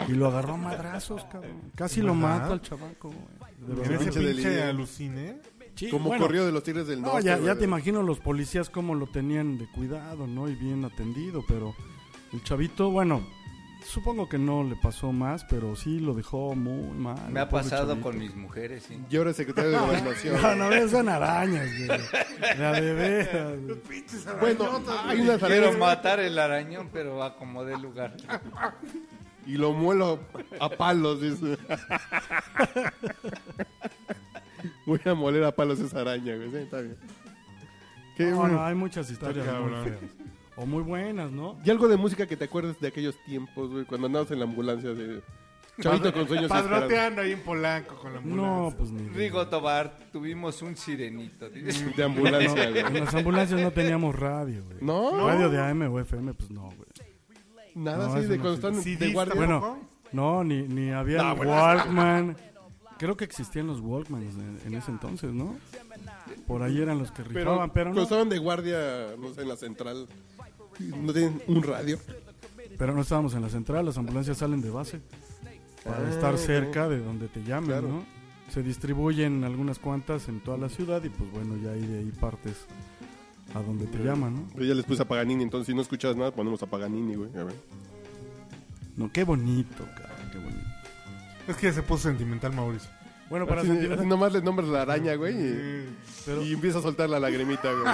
F: Y lo agarró a madrazos, cabrón. Casi lo
C: Ajá.
F: mata al chabaco, güey. De
C: En
F: verdad.
C: ese
D: Pinche
C: pinche
D: delirio.
C: alucine.
F: Sí,
D: Como
F: bueno,
D: corrió de los Tigres del
F: no,
D: Norte.
F: ya,
D: güey,
F: ya
D: de-
F: te imagino los policías cómo lo tenían de cuidado, ¿no? Y bien atendido, pero el chavito, bueno, supongo que no le pasó más, pero sí lo dejó muy mal.
E: Me ha
F: el pobre
E: pasado
F: chavito.
E: con mis mujeres, sí.
D: Yo era secretario de Gobernación.
F: No, no, esas son arañas, güey. La de veras, güey.
D: Bueno, hay unas
E: Quiero
D: arenas
E: matar el arañón, pero acomodé lugar.
D: y lo muelo a palos. dice. Voy a moler a palos esa araña, güey. Sí, está bien. Qué
F: No,
D: bueno.
F: no, hay muchas historias muy
C: cabrón.
F: feas. O muy buenas, ¿no?
D: Y algo de música que te acuerdes de aquellos tiempos, güey, cuando andabas en la ambulancia de Chavito con sueños y esperanzas.
C: Padroteando ahí en Polanco con la
F: No,
C: ambulancia.
F: pues ni.
E: Rigo Tobar, tuvimos un sirenito. dice.
D: de ambulancia,
F: En
D: güey.
F: las ambulancias no teníamos radio, güey.
D: No,
F: Radio de AM o FM, pues no, güey.
D: nada
F: No,
D: así
F: eso
D: de
F: no
D: cuando
C: Sí,
D: están de
C: dista,
D: guardia.
C: bueno.
F: Bueno, no, ni, ni había el Walkman. Creo que existían los Walkmans en, en ese entonces, ¿no? Por ahí eran los que rifaban,
D: pero,
F: pero,
D: cuando
F: no,
D: estaban de guardia, no sé, en la central, no tienen un radio.
F: pero no estábamos en la central, las ambulancias salen de base para estar cerca de donde te llamen,
D: Ah, Claro.
F: ¿no? Se distribuyen algunas cuantas en toda la ciudad y pues bueno, ya ahí de ahí partes a donde te llaman, ¿no?
D: Yo ya les puse a Paganini, entonces si no escuchas nada, ponemos a Paganini, güey. A ver.
F: No, qué bonito, cabrón, qué bonito.
C: Es que se puso sentimental Mauricio.
F: Bueno, para
D: Así-
F: sentir-
D: así nomás le nombras la araña, güey, y,
F: pero-
D: y empieza a soltar la lagrimita, güey.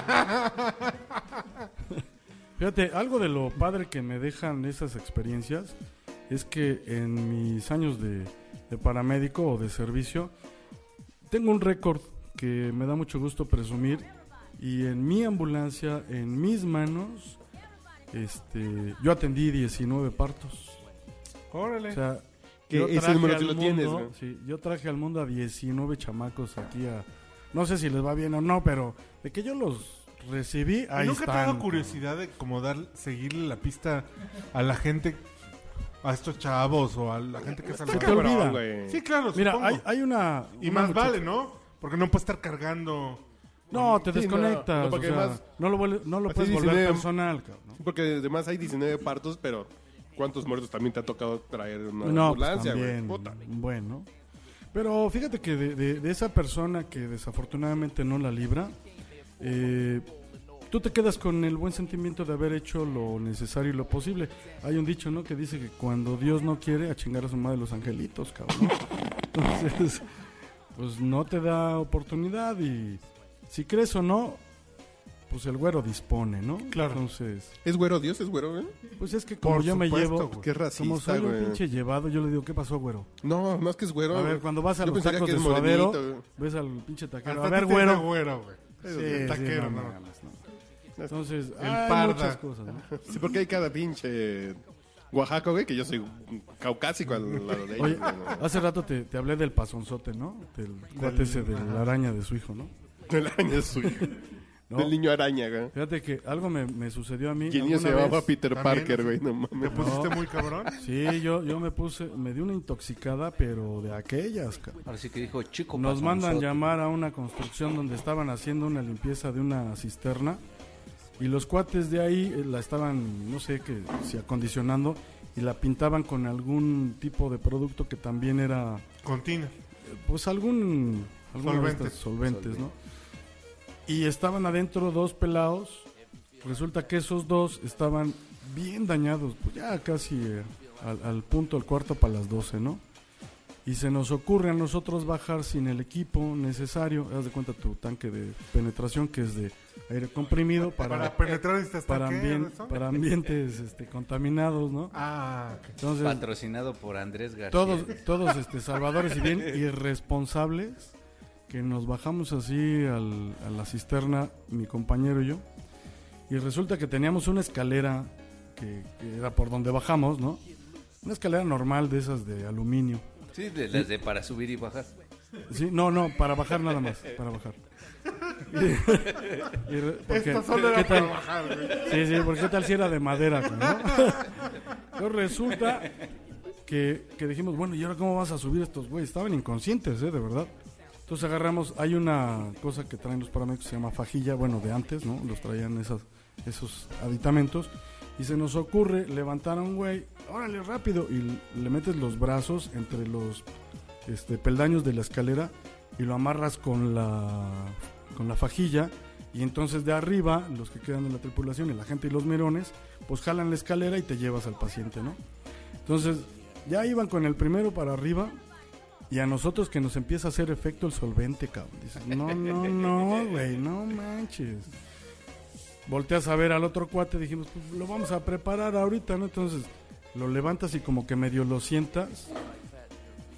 F: Fíjate, algo de lo padre que me dejan esas experiencias es que en mis años de, de paramédico o de servicio, tengo un récord que me da mucho gusto presumir y en mi ambulancia, en mis manos, este, yo atendí 19 partos.
C: Órale.
F: O sea,
D: que
F: Yo
D: ese
F: traje
D: número
F: al
D: sí lo tienes,
F: mundo-
D: güey.
F: sí, yo traje al mundo a 19 chamacos aquí a... No sé si les va bien o no, pero de que yo los recibí, ahí
C: Nunca
F: están.
C: tengo curiosidad de como dar, seguirle la pista a la gente, a estos chavos o a la gente que sale.
F: Se te
D: Cabrón,
F: olvida.
D: güey.
C: Sí, claro,
F: Mira,
C: supongo.
F: hay, hay una...
C: y
F: una
C: más
F: muchacha-
C: vale, ¿no? Porque no puedes estar cargando.
F: No, te
D: Sí,
F: desconectas.
D: no,
F: No,
D: no, porque
F: o sea,
D: además-
F: no lo, vuelve- no lo
D: así
F: puedes
D: dice
F: volver
D: Leo.
F: personal, cabrón. ¿no?
D: Porque además hay 19 partos, pero ¿cuántos muertos también te ha tocado traer una
F: No, pues
D: ambulancia, güey?
F: también.
D: Puta.
F: Bueno. Pero fíjate que de, de- de esa persona que desafortunadamente no la libra, eh, tú te quedas con el buen sentimiento de haber hecho lo necesario y lo posible. Hay un dicho, ¿no? Que dice que cuando Dios no quiere, a chingar a su madre los angelitos, cabrón. Entonces, pues no te da oportunidad y si crees o no, pues el güero dispone, ¿no? Claro. Entonces,
D: ¿Es güero Dios? ¿Es güero, güey?
F: pues es que como
C: Por
F: yo me
C: supuesto,
F: llevo,
C: güey.
D: Qué
F: como
D: racista,
F: soy un
D: güey.
F: pinche llevado, yo le digo, ¿qué pasó, güero?
D: No, más que es güero.
F: A ver,
D: güey.
F: cuando vas a
D: Yo
F: los
D: pensaría
F: tacos
D: que
F: de
D: es morenito,
F: suadero,
D: güey.
F: ves al pinche
C: Hasta
F: taquero. A
C: a
F: ver,
C: ti te da
F: güero.
C: güero, güey.
F: Sí,
C: taquero,
F: sí,
C: no.
F: mames, no. Entonces,
C: El
F: hay
C: parda.
F: muchas cosas, ¿no?
D: Sí, porque hay cada pinche Oaxaco, güey, que yo soy caucásico al lado de ellos.
F: Oye,
D: güey, ¿no?
F: hace rato te, te hablé del pasonzote, ¿no? Del cuate ese de la araña de su hijo, ¿no?
D: Del araña suyo.
F: ¿No?
D: Del niño araña, güey.
F: Fíjate que algo me, me sucedió a mí.
D: Y el niño se
F: alguna
D: llamaba
F: vez.
D: Peter
C: También,
D: Parker,
C: sí.
D: güey, no
C: ¿Te
D: mames.
C: pusiste muy cabrón?
F: Sí, yo, yo me puse, me di una intoxicada, pero de aquellas, cabrón.
E: Ahora sí que dijo chico.
F: Nos
E: pasanzote.
F: mandan llamar a una construcción donde estaban haciendo una limpieza de una cisterna y los cuates de ahí eh, la estaban, no sé qué, si acondicionando y la pintaban con algún tipo de producto que también era,
C: Contina.
F: eh, pues algún alguna de
C: Solvente.
F: estas solventes, ¿no? Y estaban adentro dos pelados. Resulta que esos dos estaban bien dañados, pues ya casi eh, al, al punto, al cuarto para las 12, ¿no? Y se nos ocurre a nosotros bajar sin el equipo necesario. Haz de cuenta tu tanque de penetración que es de aire comprimido
C: Para,
F: para,
C: penetrar estas
F: para, ambien-
C: taqueras.
F: para ambientes este, contaminados, ¿no?
C: Ah, ok.
F: Entonces,
E: Patrocinado por Andrés García.
F: todos, todos este, salvadores y bien irresponsables que nos bajamos así al- a la cisterna, mi compañero y yo, y resulta que teníamos una escalera que, que era por donde bajamos, ¿no? Una escalera normal de esas de aluminio.
E: Sí, de las de para subir y bajar.
F: Sí, no, no, para bajar nada más, para bajar. Y- y re- porque-
C: Esta solo
F: ¿qué
C: era
F: tal?
C: para bajar, güey.
F: Sí, sí, porque qué tal si era de madera, güey, ¿no? Entonces resulta que, que dijimos, bueno, ¿y ahora cómo vas a subir estos güeyes? Estaban inconscientes, ¿eh? De verdad. Entonces agarramos, hay una cosa que traen los paramédicos, se llama fajilla, bueno, de antes, ¿no? Los traían esas, esos aditamentos. Y se nos ocurre levantar a un güey, órale, rápido, y le metes los brazos entre los este, peldaños de la escalera y lo amarras con la, con la fajilla. Y entonces de arriba, los que quedan en la tripulación, el agente y los merones, pues jalan la escalera y te llevas al paciente, ¿no? Entonces ya iban con el primero para arriba y a nosotros que nos empieza a hacer efecto el solvente, cabrón. Dices, no, no, no, güey, no manches. Volteas a ver al otro cuate, dijimos, pues lo vamos a preparar ahorita, ¿no? Entonces lo levantas y como que medio lo sientas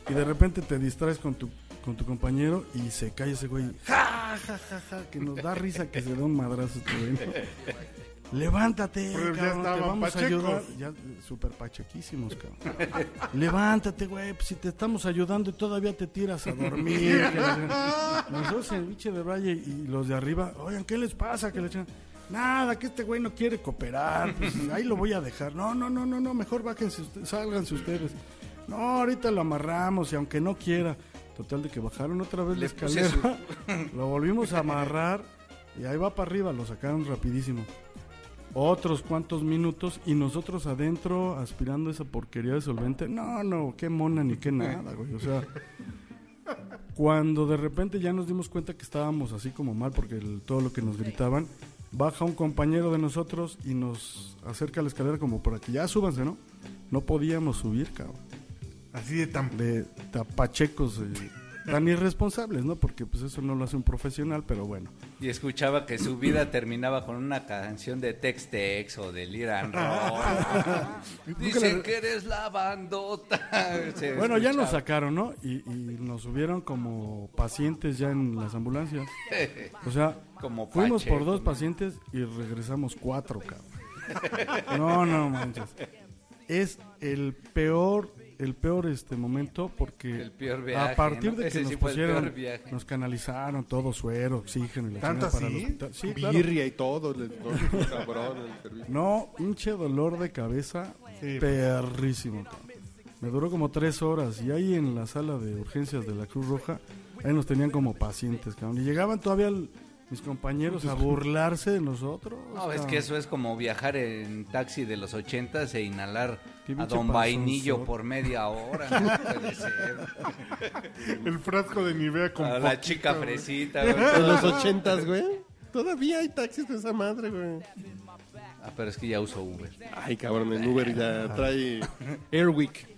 F: y de repente te distraes con tu, con tu compañero y se cae ese güey. ¡Ja, ja, ja, ja! Que nos da risa que se da un madrazo este güey, ¿no? Levántate,
C: Pero Pues ya
F: cabrón, te
C: estaban
F: vamos a ayudar.
C: pachecos.
F: Ya, eh, súper pachequísimos, cabrón. Levántate, güey, pues si te estamos ayudando y todavía te tiras a dormir. que la- Nosotros en el biche de Valle y los de arriba, oigan, ¿qué les pasa? Que le echan... Nada, que este güey no quiere cooperar, pues, ahí lo voy a dejar. No, no, no, no, no, mejor bájense, ustedes, sálganse ustedes. No, ahorita lo amarramos y aunque no quiera. Total de que bajaron otra vez la
E: Le puse
F: escalera, lo volvimos a amarrar y ahí va para arriba, lo sacaron rapidísimo otros cuantos minutos y nosotros adentro aspirando esa porquería de solvente. No, no, qué mona ni qué nada, güey. O sea, cuando de repente ya nos dimos cuenta que estábamos así como mal porque el- todo lo que nos gritaban, baja un compañero de nosotros y nos acerca a la escalera como para que ya súbanse, ¿no? No podíamos subir, cabrón.
C: Así de tan.
F: De tapachecos, eh, tan irresponsables, ¿no? Porque pues eso no lo hace un profesional, pero bueno.
E: Y escuchaba que su vida terminaba con una canción de Tex Tex o de Liran Roll. Dicen que eres la bandota. Se
F: Bueno, ya nos
E: escuchaba.
F: sacaron, ¿no? Y, y nos subieron como pacientes ya en las ambulancias. O sea,
E: Como
F: fuimos
E: Pacheco,
F: por dos
E: ¿no?
F: pacientes y regresamos cuatro, cabrón. No, no manches. Es el peor, eh, el peor este momento porque
E: El peor viaje,
F: a partir
E: ¿no?
F: de que
E: Ese
F: nos
E: sí fue el
F: pusieron,
E: peor viaje.
F: nos canalizaron todo suero, oxígeno y la
C: ¿Tanto
F: chingada para
C: así?
F: el hospital. Sí, claro.
D: Birria y todo, le- todo, cabrón, el servicio.
F: No, pinche dolor de cabeza
C: Sí.
F: perrísimo. cabrón. Me duró como tres horas y ahí en la sala de urgencias de la Cruz Roja, ahí nos tenían como pacientes, cabrón. Y llegaban todavía el- mis compañeros a burlarse de nosotros.
E: No, es
F: cabrón.
E: que eso es como viajar en taxi de los ochentas e inhalar
F: Qué
E: a
F: pinche
E: Don Vainillo
F: panzonzor.
E: por media hora. No puede ser.
C: El frasco de Nivea con
E: A Ah, la
C: poquito,
E: chica
C: güey.
E: fresita. güey.
D: En los ochentas, güey. Todavía hay taxis de esa madre, güey.
E: Ah, pero es que ya uso Uber.
D: Ay, cabrón, el Uber ya trae Airwick.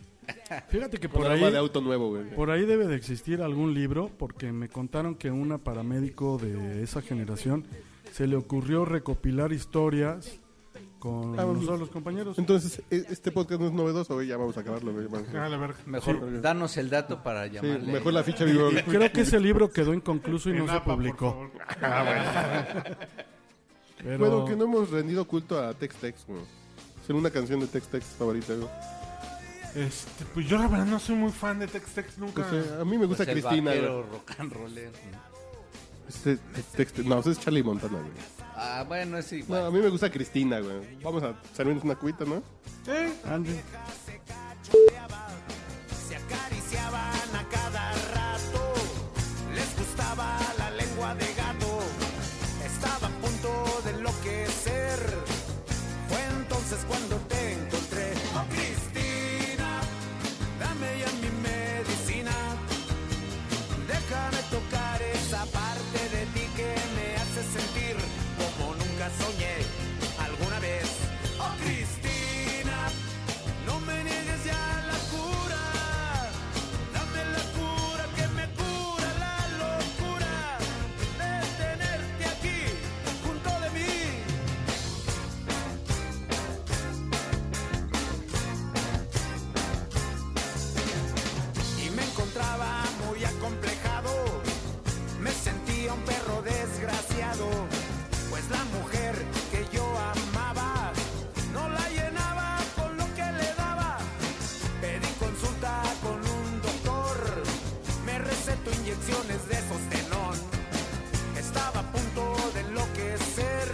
F: Fíjate que por ahí,
D: Programa de auto nuevo, güey.
F: por ahí debe de existir algún libro, porque me contaron que una paramédico de esa generación se le ocurrió recopilar historias con
D: Ah, vamos.
F: nosotros los compañeros.
D: Entonces, e- este podcast no es novedoso, güey. Ya vamos a acabarlo, güey. Vamos.
C: Ah, la verga.
E: Mejor
D: Sí.
E: danos el dato para
D: Sí,
E: llamarle.
D: mejor la ficha viva, güey.
F: Creo que ese libro quedó inconcluso y
C: En
F: no se
C: APA, por
F: publicó.
C: favor.
F: Pero
D: Bueno, que no hemos rendido culto a Tex Tex, güey. Es una canción de Tex Tex favorita, güey.
C: Este, pues yo la verdad no soy muy fan de Tex Tex nunca.
D: Pues, eh, a mí me
E: Pues
D: gusta
E: el
D: Cristina,
E: vaquero
D: güey.
E: rock and roller. ¿no?
D: Este- este- este- no, ese es Charlie Montana, güey.
E: Ah, bueno, es
D: No,
E: igual.
D: a mí me gusta Cristina, güey. Vamos a servirnos una cuita, ¿no?
F: Andy,
H: se acariciaban a cada rato. Les gustaba la lengua de gato, estaba a punto de enloquecer. Fue entonces cuando te encontré. Oh, Cristina, dame ya mi medicina. Déjame tocar esa parte de ti que me hace sentir como nunca soñé alguna vez. Oh, Cristina. No me niegues ya la cura, dame la cura que me cura la locura de tenerte aquí junto de mí. y me encontraba muy acomplejado. Me sentía un perro desgraciado, pues la mujer que yo amaba no la llenaba con lo que le daba. Pedí consulta con un doctor, me recetó inyecciones de sostenón. Estaba a punto de enloquecer,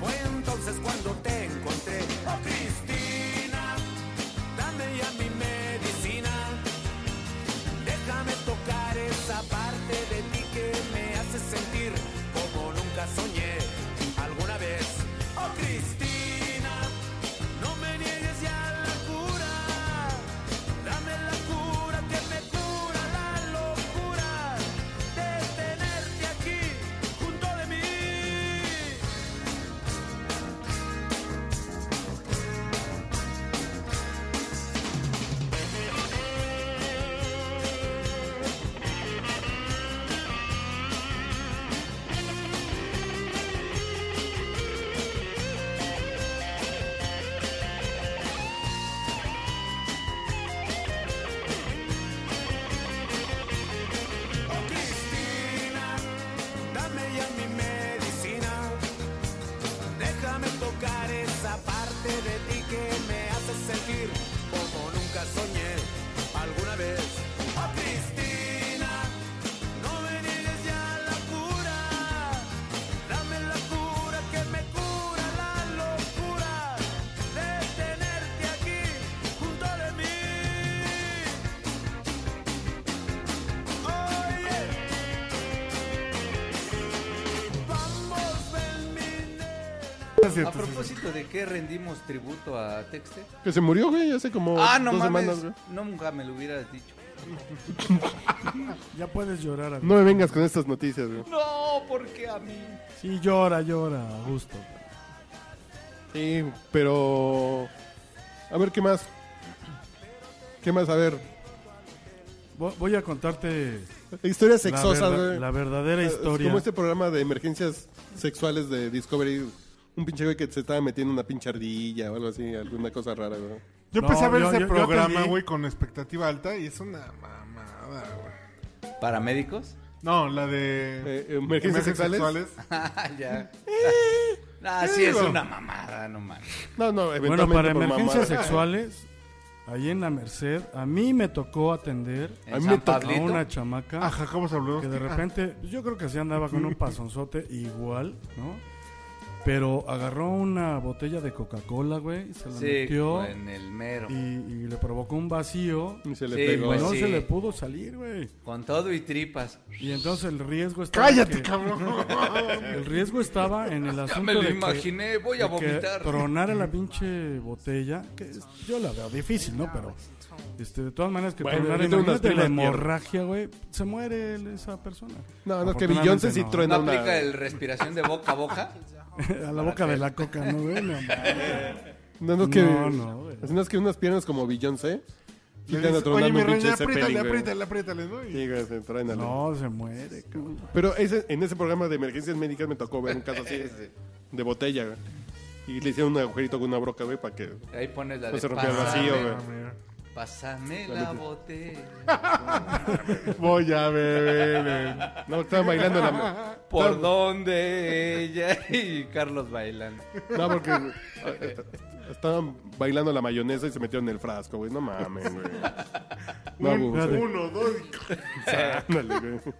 H: fue entonces cuando te encontré. Oh, Cristina, dame ya mi medicina. Déjame tocar esa parte de ti que me hace sentir como nunca soñé alguna vez. Oh Cristina, no me niegues ya la cura. Dame la cura que me cura la locura de tenerte aquí junto de mí. Oh Cristina, dame ya mi medicina. Déjame tocar esa parte de ti que me hace sentir como nunca soñé alguna vez. Oh Cristina, no me niegues ya la cura. Dame la cura que me cura la locura de tenerte aquí junto de mí. Oye, vamos, ven mi nena.
C: Es
E: A
C: cierto, sí, sí.
E: propósito de qué rendimos tributo a Texte.
D: Que se murió, güey, hace como
E: Ah, no
D: dos semanas,
E: mames.
D: güey.
E: No, nunca me lo hubieras dicho.
F: ya puedes llorar, amigo.
D: No me vengas con estas noticias, güey.
E: No, porque a mí.
F: Sí, llora, llora, Augusto.
D: Sí, pero... A ver, ¿qué más? ¿Qué más? A ver.
F: Vo- Voy a contarte
D: Historias
F: la,
D: sexosas,
F: verda-
D: güey.
F: la verdadera
D: Es
F: historia.
D: Como este programa de emergencias sexuales de Discovery. Un pinche güey que se estaba metiendo una pinche ardilla o algo así, alguna cosa rara, güey.
C: Yo
F: No,
C: empecé a ver
F: yo-
C: ese
F: yo- yo
C: programa,
F: entendí.
C: güey, con expectativa alta y es una mamada, güey.
E: ¿Paramédicos?
C: No, la de...
D: Eh, emergencias sexuales.
E: Ah, ya. Ah, sí, es una mamada, no mames.
D: No, no, eventualmente
F: Bueno, para
D: por
F: emergencias
D: mamada.
F: sexuales ahí en la Merced, a mí me tocó atender
E: En
D: A mí me
E: San
D: tocó
F: a
E: Pablito.
F: una chamaca
C: A Jacobo
F: que
C: Zabludowski.
F: de
C: Ah,
F: repente, pues, yo creo que así andaba con un pasonzote igual, ¿no? Pero agarró una botella de Coca-Cola, güey, se la
E: Sí,
F: metió
E: en el mero.
F: y, y le provocó un vacío.
D: Y se le
E: Sí,
D: pegó.
E: pues,
F: no
E: sí.
F: se le pudo salir, güey.
E: Con todo y tripas.
F: Y entonces el riesgo estaba.
C: ¡Cállate,
F: que-
C: cabrón!
F: El riesgo estaba en el asunto.
E: Ya me lo
F: de que-
E: imaginé, voy a
F: de que
E: vomitar.
F: Tronara la pinche botella. Que es- yo la veo difícil, ¿no? Pero. Este, de todas maneras, que
D: Bueno,
F: tronara.
D: ahorita unas
F: Imagínate la
D: primas piernas.
F: hemorragia, güey. Se muere el- esa persona.
D: No, no, es que
F: Afortunadamente
D: Beyoncé sí
F: no.
D: truena
E: ¿No
D: una...
E: aplica el respiración de boca a boca?
F: A la boca de la coca, ¿no, güey? No,
D: No, no, es que...
F: No, no, güey.
D: Así no es que unas piernas como Beyoncé...
C: Le
D: Sí, te anda
C: dices,
D: tronando
C: Oye, mi
D: un
C: reina,
D: pinche
C: apriétale,
D: Zeppelin, güey.
C: apriétale, apriétale, ¿no? Y-
D: Sí, güey, se truena, ¿no?
F: no, se muere, cabrón.
D: Pero ese- en ese programa de emergencias médicas me tocó ver un caso así de botella, güey. Y le hicieron un agujerito con una broca, güey, para que...
E: Ahí pones la
D: No
E: de
D: se rompió el
E: pásame,
D: vacío, güey.
C: Ah, mira.
E: pásame la botella.
D: Voy a beber. No, estaban bailando en la...
E: ¿Por dónde ella? Y Carlos bailando.
D: No, porque... eh, Estaban bailando la mayonesa y se metieron en el frasco, güey. No mames, güey. No, güey.
F: espérate.
C: Uno, dos. y-
D: Ándale, güey.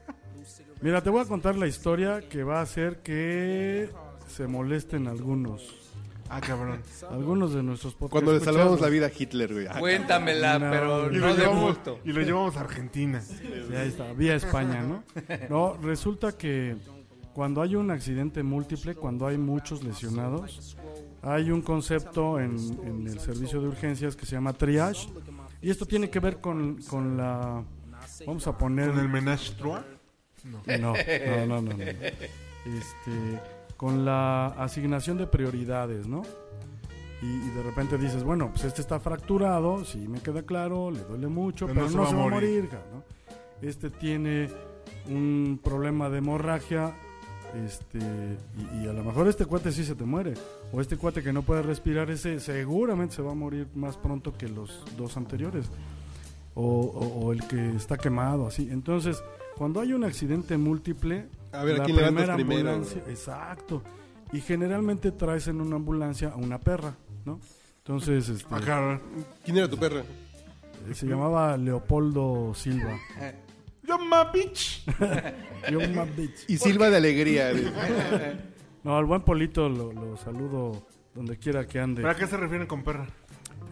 F: Mira, te voy a contar la historia que va a hacer que se molesten algunos.
C: Ah, cabrón.
F: Algunos de nuestros podcast
D: Cuando le salvamos
F: escuchados.
D: la vida a Hitler, güey. Ah,
E: Cuéntamela,
F: No, pues
E: pero
C: Y
E: no
C: lo,
E: de
C: llevamos,
E: bulto.
C: y lo llevamos a Argentina.
F: Sí, ahí está, vía España, ¿no? No, resulta que cuando hay un accidente múltiple, cuando hay muchos lesionados, hay un concepto en, en el servicio de urgencias que se llama triage. Y esto tiene que ver con, con la... Vamos a poner...
C: Con el menage trois.
F: No, no, no, no, no. Este, con la asignación de prioridades, ¿no? Y, y de repente dices, bueno, pues este está fracturado, sí me queda claro, le duele mucho, pero, no, se va a morir, cabrón, ¿no? Este tiene un problema de hemorragia, este, y, y a lo mejor este cuate sí se te muere, o este cuate que no puede respirar, ese seguramente se va a morir más pronto que los dos anteriores o, o- o el que está quemado, así. Entonces, cuando hay un accidente múltiple,
D: A ver, ¿a quién levantas primero,
F: ambulancia, exacto. Y generalmente traes en una ambulancia a una perra, ¿no? Entonces, este,
C: Ah, cabrón.
D: ¿Quién era tu perra?
F: se llamaba Leopoldo Silva.
C: Yo, ma bitch.
F: Yo, ma bitch.
D: Y Silva de Alegría. güey.
F: No, al buen Polito lo, lo saludo donde quiera que ande.
C: ¿Pero a qué se refieren con perra?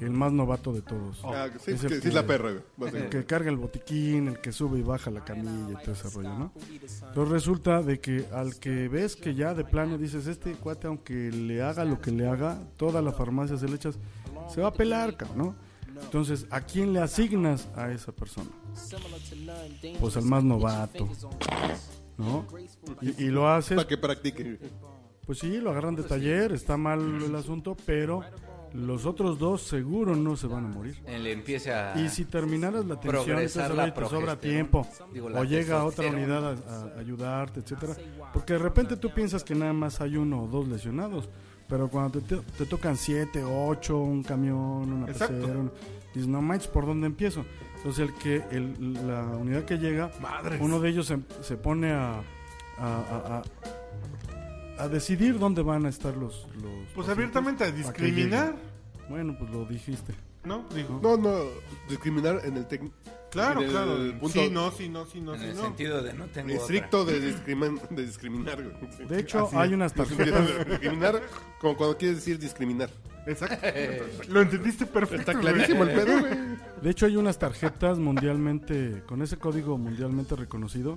F: El más novato de todos.
D: Ah, sí,
F: Ese
D: que- sí es la perra, güey.
F: El
D: básicamente.
F: que carga el botiquín, el que sube y baja la camilla y todo ese rollo, ¿no? Entonces resulta de que al que ves que ya de plano dices, este cuate, aunque le haga lo que le haga, toda la farmacia se le echas, se va a pelar, cabrón, ¿no? Entonces, ¿a quién le asignas a esa persona? Pues al más novato, ¿no? Y, y lo haces,
D: Para que practique.
F: pues sí, lo agarran de taller, está mal el asunto, pero los otros dos seguro no se van a morir.
E: Él empieza a...
F: Y si terminaras la atención, te,
E: Progresar
F: sobra,
E: la
F: te sobra
E: progesterona.
F: tiempo.
E: Digo, la
F: o llega otra
E: testosterona.
F: unidad a, a ayudarte, etcétera. Porque de repente tú piensas que nada más hay uno o dos lesionados. Pero cuando te, te- te tocan siete, ocho, un camión, una
C: Exacto.
F: pecera, un- dices, no manches, ¿por dónde empiezo? Entonces el que el- la unidad que llega,
C: Madres.
F: uno de ellos se, se pone a, a- a- a- a decidir dónde van a estar los... los
C: Pues
F: pacientes
C: abiertamente a
F: para que
C: discriminar.
F: lleguen. Bueno, pues lo dijiste.
C: ¿No? Digo.
D: No, no, discriminar en el tec-
C: Claro,
D: en el
C: claro.
D: punto
C: Sí, no, sí, no, sí, no,
E: En
C: sí,
E: el
C: no.
E: sentido de no tengo
D: estricto de, discrimin- de discriminar. güey. Sí.
F: De hecho,
C: Así
F: hay
C: es.
F: unas tarjetas...
D: discriminar como cuando quieres decir discriminar.
C: Exacto. Lo entendiste perfecto.
D: Está
C: güey.
D: clarísimo el pedo, güey.
F: De hecho, hay unas tarjetas mundialmente, con ese código mundialmente reconocido,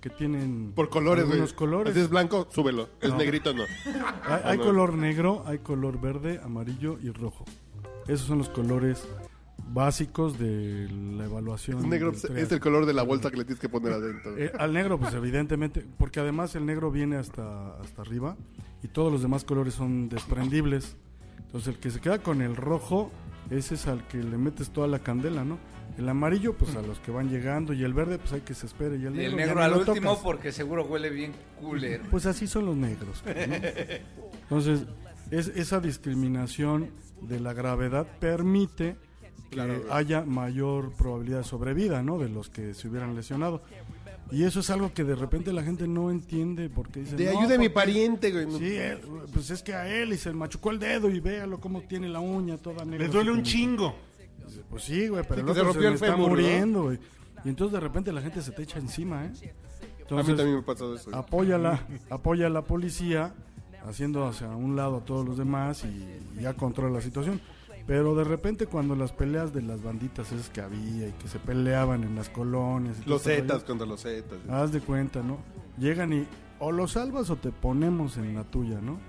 F: que tienen.
D: Por colores, güey.
F: Los colores.
D: Si es blanco, súbelo. Es negrito, no.
F: Hay, hay color negro, hay color verde, amarillo y rojo. Esos son los colores básicos de la evaluación.
D: Es negro,
F: del
D: es- es
F: triaje.
D: el color de la bolsa que le tienes que poner adentro.
F: Eh, al negro, pues evidentemente, porque además el negro viene hasta, hasta arriba y todos los demás colores son desprendibles. Entonces el que se queda con el rojo, ese es al que le metes toda la candela, ¿no? El amarillo, pues a los que van llegando y el verde, pues hay que se espere. Y el
E: Y
F: negro,
E: el
F: ya
E: negro
F: ni
E: al
F: lo
E: último
F: tocas.
E: porque seguro huele bien culero.
F: Pues así son los negros. ¿no? Entonces, es, esa discriminación de la gravedad permite que haya mayor probabilidad de sobrevida, ¿no? De los que se hubieran lesionado. Y eso es algo que de repente la gente no entiende porque dice...
D: Te
F: "No,
D: ayude mi
F: porque-
D: pariente, güey. No.
F: Sí, él, pues es que a él y se machucó el dedo y véalo cómo tiene la uña toda negra.
C: Le duele
F: así
C: un
F: como-
C: chingo.
F: Dices, Pues sí, güey, pero
D: Sí,
F: el
D: que
F: otro
D: se
F: se,
D: rompió
F: me
D: el
F: está
D: fémur, ¿no?
F: muriendo, güey. Y entonces de repente la gente se te echa encima, ¿eh?
D: Ah, A
F: Entonces, ah,
D: mí también me pasa eso. güey.
F: apóyala, apoya a la policía, haciendo hacia un lado a todos los demás y ya controla la situación. Pero de repente cuando las peleas de las banditas esas que había y que se peleaban en las colonias... y todo
D: Los
F: ese rollo,
D: Zetas contra los Zetas. güey.
F: Haz de cuenta, ¿no? Llegan y o lo salvas o te ponemos en la tuya, ¿no?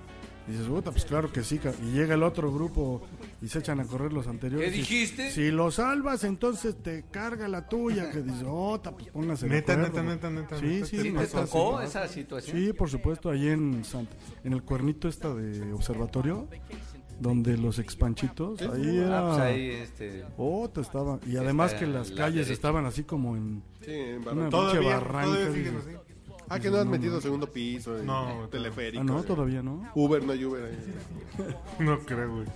F: Y dices, puta, pues claro que sí. ca-". Y llega el otro grupo y se echan a correr los anteriores.
E: ¿Qué
F: Y-
E: dijiste?
F: Si lo salvas, entonces te carga la tuya. Que dices, ota, pues póngase de
C: Neta,
F: acuerdo".
C: neta, neta, neta,
F: Sí,
C: neta,
F: sí,
C: te
E: ¿Sí te
F: neta,
E: tocó
F: sí.
E: esa situación?
F: Sí, por supuesto, ahí en Sant- en el cuernito esta de observatorio, donde los expanchitos, ahí
E: Ah,
F: era...
E: pues ahí, este...
F: Ota estaba. Y además que las
E: la
F: calles
E: derecha.
F: estaban así como en... ah,
D: Sí, en
F: una
D: Barranco.
F: pinche
C: Todavía,
F: barranca,
C: todavía
F: dices,
C: siguen así.
D: Ah, que no has metido segundo piso. eh,
C: No,
D: teleférico.
F: Ah,
E: eh.
F: no,
D: güey.
F: todavía no.
D: Uber, no hay Uber. eh. ahí.
C: No creo, güey.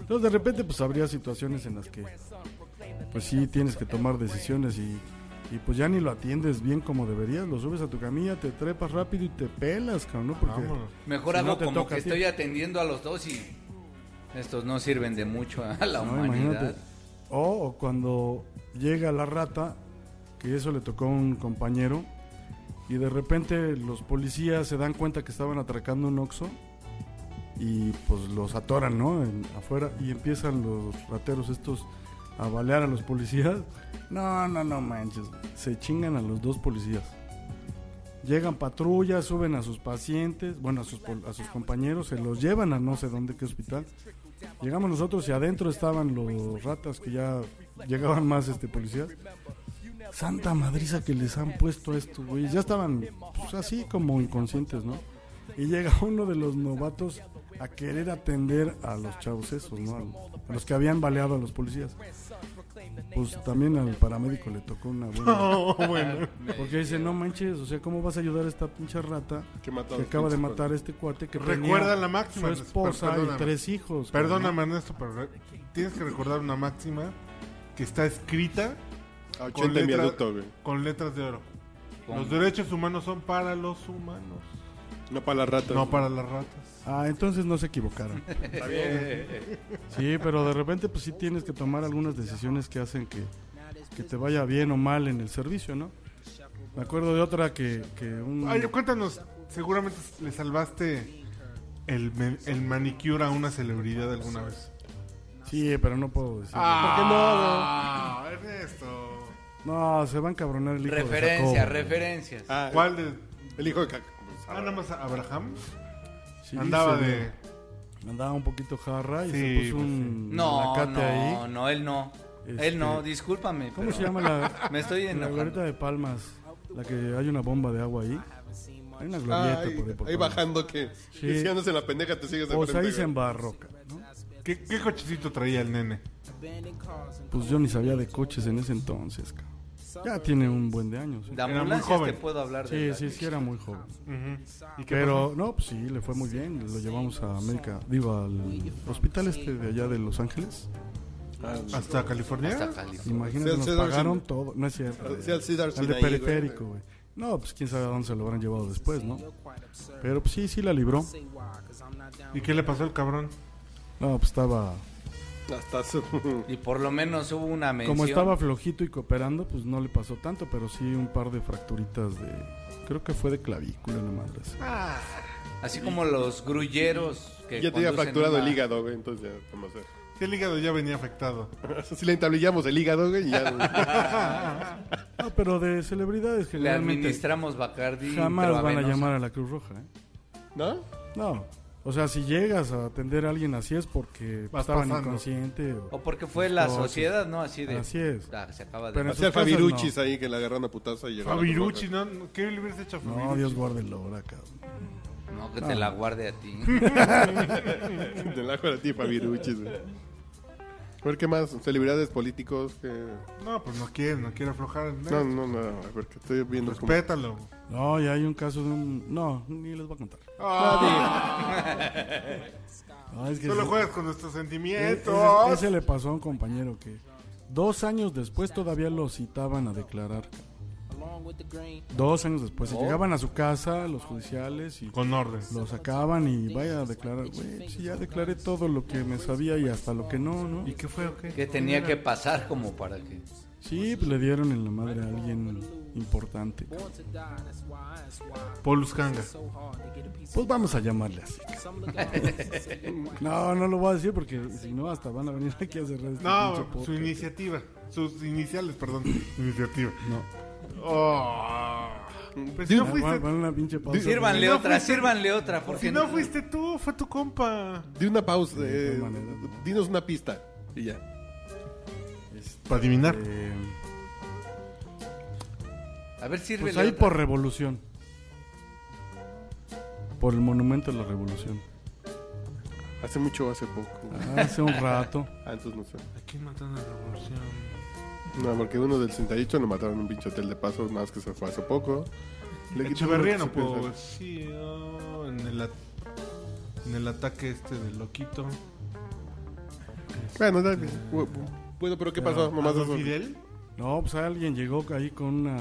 F: Entonces de repente pues habría situaciones en las que pues sí tienes que tomar decisiones y, y, pues ya ni lo atiendes bien como deberías, lo subes a tu camilla, te trepas rápido y te pelas, cabrón, ¿no? Porque
C: Vámonos.
E: Mejor
F: Si
E: hago
F: no te
E: como
F: toca
E: que
F: a ti.
E: estoy atendiendo a los dos y estos no sirven de mucho a la
F: no,
E: humanidad.
F: imagínate. O, o cuando llega la rata, que eso le tocó a un compañero, y de repente los policías se dan cuenta que estaban atracando un oxo y pues los atoran, ¿no? En- afuera y empiezan los rateros estos a balear a los policías. No, no, no manches. Se chingan a los dos policías. Llegan patrullas, suben a sus pacientes, bueno, a sus, pol- a
E: pues,
F: sus compañeros, se los llevan a no sé dónde, qué hospital. Llegamos nosotros y adentro estaban los ratas que ya llegaban más este policías. Santa madriza que les han puesto a estos güeyes. Ya estaban pues, así como inconscientes, ¿no? Y llega uno de los novatos a querer atender a los chavos esos, ¿no? A los que habían baleado a los policías. Pues también al paramédico le tocó una buena.
C: No, Oh, bueno.
F: Porque dice, no manches, o sea, ¿cómo vas a ayudar a esta pinche rata
D: Que mató a
F: que
D: los
F: acaba de
D: pinches
F: matar a este cuate que tenía
C: Recuerda la máxima.
F: su esposa y
C: Perdóname.
F: tres hijos? cabrón"?
C: Perdóname, Ernesto, pero re- tienes que recordar una máxima que está escrita
D: cuernos. A 80 en
C: letra-
D: viaducto, güey.
C: con letras de oro.
E: Con-
C: Los derechos humanos son para los humanos,
D: No para las ratas.
C: no para las ratas.
F: Ah, entonces no se equivocaron. Sí, pero de repente pues sí tienes que tomar algunas decisiones que hacen que, que te vaya bien o mal en el servicio, ¿no? Me acuerdo de otra que, que un...
C: Ay, cuéntanos, seguramente le salvaste el, men- el manicure a una celebridad alguna vez.
F: Sí, pero no puedo decir.
C: Ah, Ernesto.
F: No, se va a encabronar el hijo de
E: Referencias,
F: Jacobo.
E: referencias.
D: Ah,
C: ¿Cuál de...?
D: El hijo de caca.
C: Ah, nada más Abraham.
F: Sí,
C: Andaba
F: se
C: de...
F: le- Andaba un poquito jarra y
C: Sí,
F: se puso
C: pues,
F: un
E: No,
F: malacate
E: no,
F: ahí.
E: no, él no.
F: Este-
E: Él no, discúlpame.
F: ¿Cómo
E: pero
F: se llama la,
E: Me estoy
F: la glorieta
E: enojando.
F: de Palmas? La que hay una bomba de agua ahí. Hay una glorieta
D: Ah, ahí,
F: por ahí. por
D: ahí
F: Palmas.
D: bajando que.
F: Sí.
D: que Si andas en la pendeja, te sigues de
F: Pues ahí
D: frente,
F: se
D: güey.
F: embarró, cabrón, ¿no?
C: ¿Qué, qué cochecito traía el nene?
F: Pues yo ni sabía de coches en ese entonces, cabrón. Ya tiene un buen de años. ¿eh?
E: De
C: muy
E: ambulancias te
C: joven.
E: puedo hablar de
F: Sí,
E: la-
F: sí, sí, era muy joven.
C: ¿Y qué
F: Pero no, pues sí, le fue muy bien. Lo llevamos a América, digo, al hospital este de allá de Los Ángeles.
C: pasó? ¿Hasta California?
E: Hasta Jalisco.
F: Imagínate,
D: Sí,
F: nos
D: sí,
F: pagaron
D: sí.
F: todo. No es cierto.
D: Sí, al Cedar
F: Al de
D: Sinai, güey.
F: periférico, güey. No, pues quién sabe a dónde se lo habrán llevado después, ¿no? Pero pues sí, sí la libró.
C: ¿Y qué le pasó al cabrón?
F: No, pues estaba.
D: Hasta su-
E: Y por lo menos hubo una mención.
F: Como estaba flojito y cooperando, pues no le pasó tanto, pero sí un par de fracturitas de. Creo que fue de clavícula, la madre. así.
E: Así como los grulleros que
D: Ya te había
E: conducen
D: fracturado
E: una-
D: el hígado, güey. Entonces, ya, ¿cómo hacer?
C: Sí, el hígado ya venía afectado.
D: Si le entablillamos el hígado, güey, y ya. güey.
F: No, pero de celebridades
E: Le
F: generalmente
E: administramos Bacardi.
F: jamás van a
E: intravenoso.
F: llamar a la Cruz Roja, ¿eh?
D: ¿No?
F: No. O sea, si llegas a atender a alguien así es porque
C: Vas
F: estaban
C: pasando.
F: inconsciente. o-
E: O porque fue la
F: No, sí.
E: sociedad, ¿no? Así de.
F: Así es.
E: Ah, se acaba de.
F: Pero- En
D: Hacía
F: sus casas,
D: Fabiruchis
F: no.
D: ahí que le agarraron a putaza y llegó. a la
C: Fabiruchi, ¿no? ¿no? ¿Qué le hubieras hecho a Fabiruchi?
F: No, Dios guarde el hora, cabrón.
E: No, que te la guarde a ti.
D: Coca-Cola. Del ajo de ti, Fabiruchis, güey. A ver, ¿qué más? Celebridades políticos que...
F: Eh.
C: No, pues no quiere, no quiere aflojar. ¿eh?
D: No, no, no. A ver, que estoy viendo... como-
C: Respétalo.
F: No, ya hay un caso de un. No, ni les voy a contar. No, es que
C: Ah, Solo
F: sí.
C: juegas con nuestros
F: Ese,
C: sentimientos.
F: ese le pasó a un compañero que dos años después todavía lo citaban a declarar. Dos años después.
C: Oh.
F: Se llegaban a su casa los judiciales y
C: Con orden.
F: lo sacaban y vaya a declarar, güey, si ya declaré todo lo que me sabía y hasta lo que no, ¿no?
C: ¿Y qué fue o qué?
E: Que tenía que pasar como para que...
F: Sí, pues le dieron en la madre a alguien importante.
C: Polus Kanga.
F: Pues vamos a llamarle así. No, no lo voy a decir porque si no hasta van a venir aquí a cerrar este pinche
C: No, pues,
F: podcast.
C: su iniciativa. Sus iniciales, perdón. iniciativa.
F: No.
C: Oh. Pues si
D: Dude,
C: no fuiste,
F: Van- van a una pinche pausa.
E: Sírvanle
C: no
E: otra,
C: fuiste-
E: sírvanle otra, porque...
C: si no fuiste tú, fue tu compa.
D: Di una pausa. eh,
F: de todas maneras.
D: dinos una pista. Y ya.
C: Para adivinar.
F: Eh,
E: A ver, sírvele
F: pues ahí
E: otra.
F: por revolución. Por el monumento de la revolución.
D: Hace mucho o hace poco.
F: Hace un rato.
D: Ah, entonces no sé.
C: ¿A quién matan a la revolución?
D: No, porque uno del 68 lo mataron en un pinche hotel de paso, nada más que se fue hace poco. Le
C: Echeverría no
D: quitó
C: pudo.
D: lo que se pensaba.
C: pues, Sí, oh, en, el at- en el ataque este del loquito.
D: Bueno, dale. Bu- bu- Bueno, pero ¿qué pasó? Nomás
C: ¿A
D: eso.
C: Fidel?
F: No, pues alguien llegó ahí con una.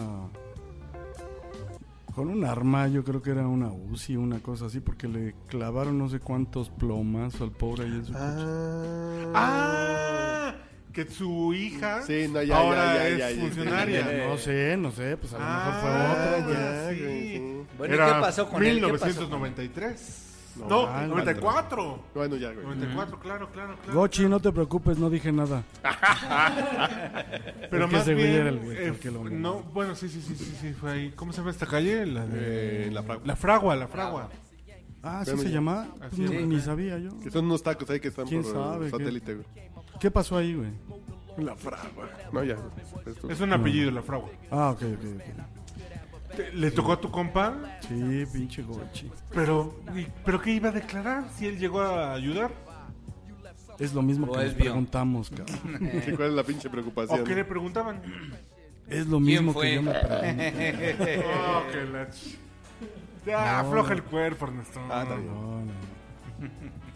F: Con un arma, yo creo que era una UCI, una cosa así, porque le clavaron no sé cuántos plomas al pobre ahí en su coche.
C: Ah, que su hija
D: Sí, no, ya,
C: ahora
D: ya, ya,
C: es
D: ya, ya.
C: funcionaria.
F: No sé, no sé, pues a lo mejor fue
C: Ah,
F: otra. ya.
C: ya,
D: Sí,
C: güey,
D: sí.
E: Bueno, ¿y
C: Era
E: qué pasó con él? ¿Qué pasó con él?
C: 1993.
D: No,
C: No,
F: mal,
C: 94.
D: Bueno, ya, güey.
C: 94, claro, claro, claro.
F: Gochi, no te preocupes, no dije nada.
C: Pero
F: Es que
C: más
F: ese güey
C: bien,
F: era el güey,
C: eh,
F: creo que lo-
C: no, bueno, sí, sí, sí, sí, sí, fue ahí. ¿Cómo se llama esta calle? La de-
D: Eh, la Fragua.
C: La fragua, la fragua.
F: Ah, ¿sí
D: Bueno,
F: se
D: ya.
F: llamaba?
C: Así
F: Pues,
C: es.
F: ni, ni sabía yo.
D: Que son unos tacos ahí que están
F: ¿Quién
D: por
F: sabe
D: el
F: qué?
D: satélite, güey.
F: ¿Qué pasó ahí, güey?
D: La fragua. No, ya. pues, Esto-
C: Es un apellido, la fragua.
F: Ah, ok, ok, ok.
C: Te- Le tocó a tu compa,
F: Sí, pinche Gochi.
C: pero y- pero qué iba a declarar si él llegó a ayudar
F: Es lo mismo
E: O
F: que
E: es
F: nos
E: bio.
F: preguntamos, cabrón.
D: Sí, ¿Cuál es la pinche
C: o
D: preocupación?
C: qué le preguntaban.
F: Es lo
E: ¿Quién
F: mismo
E: fue?
F: que yo me pregunto.
C: Oh, que la ch- Ya, afloja el cuerpo, Ernesto.
D: Ah, está bien.
F: No, no, no.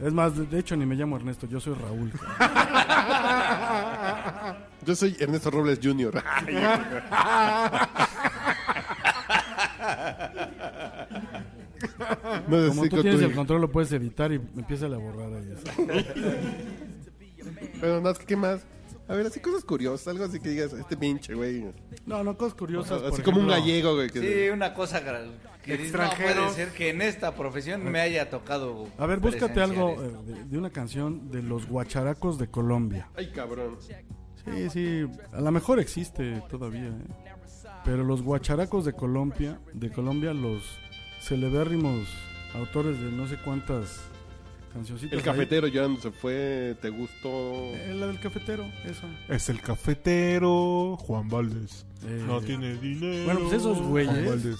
F: Es más, de- de hecho ni me llamo Ernesto, yo soy Raúl. cabrón.
D: Yo soy Ernesto Robles Jr. no es
F: Como tú tienes el control lo puedes editar y empieza a borrar ahí. eso.
D: Pero no, es que ¿qué más? A ver, así cosas curiosas, algo así que digas, este pinche, güey.
F: No, no, cosas curiosas.
D: Así
F: por
D: como un
F: ejemplo,
D: gallego, güey. que-
E: Sí, una cosa gra- que dices, no puede
C: Extranjeros.
E: ser que en esta profesión me haya tocado.
F: A ver, búscate
E: presenciar
F: algo
E: esto.
F: eh, de, de una canción de los guacharacos de Colombia.
D: Ay, cabrón.
F: Sí, sí, a lo mejor existe todavía, ¿eh? Pero los guacharacos de Colombia, de Colombia los celebérrimos autores de no sé cuántas cancioncitas.
D: El
F: pues ahí.
D: cafetero llorando se fue, te gustó.
F: Eh, la del cafetero, esa.
C: Es el cafetero Juan Valdés.
F: Eh,
C: No tiene dinero.
F: Bueno, pues esos
C: Juan
F: güeyes
C: Valdés.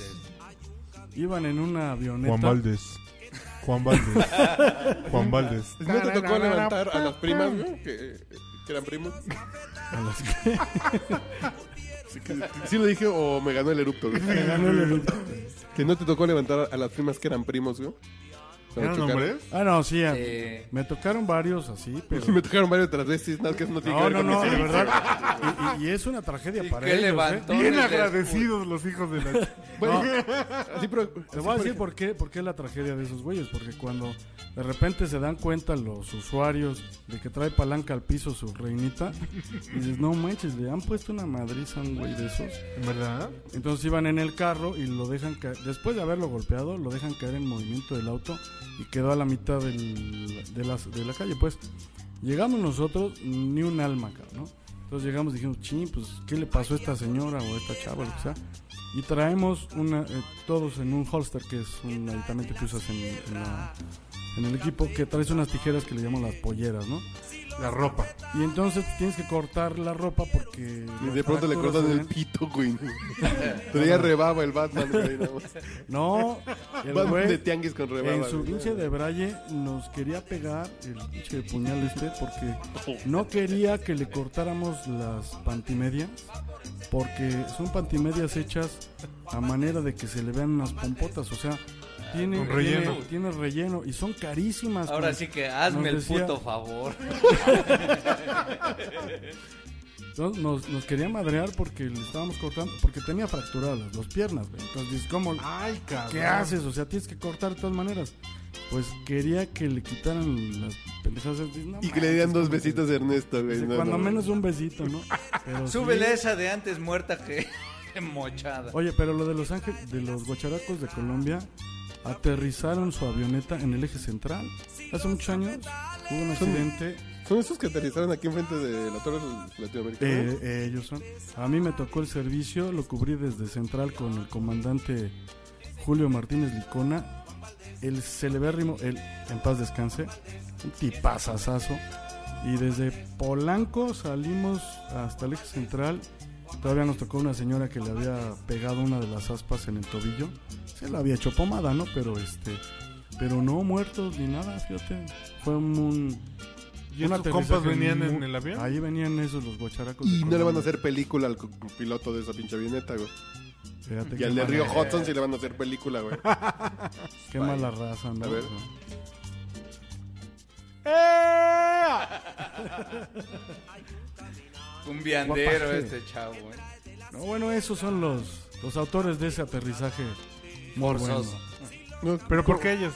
F: iban en una avioneta.
C: Juan Valdés. Juan Valdés. Juan Valdés.
D: ¿No te tocó levantar a las primas, güey? Que, que eran primos.
F: a las que-
D: Sí, que- que- sí lo dije o me ganó el erupto, güey.
F: me ganó el eructo.
D: Que no te tocó levantar a las primas que eran primos, güey. Cuando
C: ¿Eran
D: chocaron.
C: hombres?
F: Ah, no, sí, a-
E: Eh,
F: me tocaron varios así, pero...
D: Me tocaron varios transvestis, nada que eso no tiene que
F: No,
D: ver con
F: no, no,
D: mi
F: de
D: servicio.
F: verdad. Y, y- y es una tragedia
E: ¿Y
F: para
E: qué
F: ellos, ¿eh?
E: levantones
C: Bien
E: les-
C: agradecidos los hijos de la...
D: Bueno, así, pero,
F: Te voy a decir por qué, por qué la tragedia de esos güeyes, porque cuando de repente se dan cuenta los usuarios de que trae palanca al piso su reinita, dices, no manches, le han puesto una madriza a un güey de esos.
C: ¿Verdad?
F: Entonces iban en el carro y lo dejan caer, después de haberlo golpeado, lo dejan caer en movimiento del auto y quedó a la mitad del- de, la, de la calle, pues. Llegamos nosotros, ni un alma, cabrón, ¿no? Entonces llegamos y dijimos, ching, pues, ¿qué le pasó a esta señora o a esta chava, lo que sea? Y traemos una, eh, todos en un holster, que es un aditamento que usas en, en la- en el equipo, que traes unas tijeras que le llaman las polleras, ¿no?
C: La ropa.
F: Y entonces tienes que cortar la ropa porque...
D: Y
F: las
D: de pronto le
F: fracturas
D: cortan
F: se
D: el
F: ven-
D: pito, güey. Todavía rebaba el Batman, güey. No.
F: No, el
D: Batman de
F: güey...
D: tianguis con rebaba.
F: En su
D: güey.
F: pinche de braille nos quería pegar el pinche puñal este porque no quería que le cortáramos las pantimedias porque son pantimedias hechas a manera de que se le vean unas pompotas, o sea, tiene
C: Con relleno.
F: tiene- tiene relleno y son carísimas.
E: Ahora
F: como-
E: sí que hazme
F: nos
E: el
F: decía-
E: puto favor.
F: No, Nos, nos quería madrear porque le estábamos cortando, porque tenía fracturadas las dos piernas, güey. Entonces dices, ¿cómo?
C: Ay, cabrón.
F: ¿Qué haces? O sea, tienes que cortar de todas maneras. Pues quería que le quitaran las pendejadas. Dices, no
D: Y que le
F: manches,
D: dieran dos
F: como que-
D: besitos a Ernesto, güey.
F: dice,
D: no,
F: cuando
D: no,
F: menos un besito, ¿no? Pero sí.
E: Súbele esa de antes muerta que mochada.
F: Oye, pero lo de los ángeles, de los guacharacos de Colombia, aterrizaron su avioneta en el eje central. Hace muchos años hubo un accidente.
D: Son esos que aterrizaron aquí enfrente de la Torre Latinoamericana.
F: Eh, eh, ellos son. A mí me tocó el servicio, lo cubrí desde central con el comandante Julio Martínez Licona, el celebérrimo, el en paz descanse, un tipazazazo. Y desde Polanco salimos hasta el eje central. Todavía nos tocó una señora que le había pegado una de las aspas en el tobillo. Se la había hecho pomada, ¿no? Pero este. Pero no muertos ni nada, fíjate. Fue un.
C: ¿Y
F: un
C: estos compas
F: aterrizaje
C: venían
F: muy-
C: en el avión?
F: Ahí venían esos los guacharacos. de
D: Y no le van a
F: Colombia.
D: hacer película al co- piloto de esa pinche avioneta, güey.
F: Fíjate
D: Y
F: qué
D: al de
F: mala-
D: Río Hudson sí le van a hacer película, güey.
F: Qué mala raza, ¿no?
D: A ver.
E: Un viandero
F: Guapaje.
E: este chavo. ¿eh?
F: No, bueno, esos son los, los autores de ese aterrizaje. Muy bueno.
E: Forzoso.
D: No,
C: Pero ¿por qué ellos?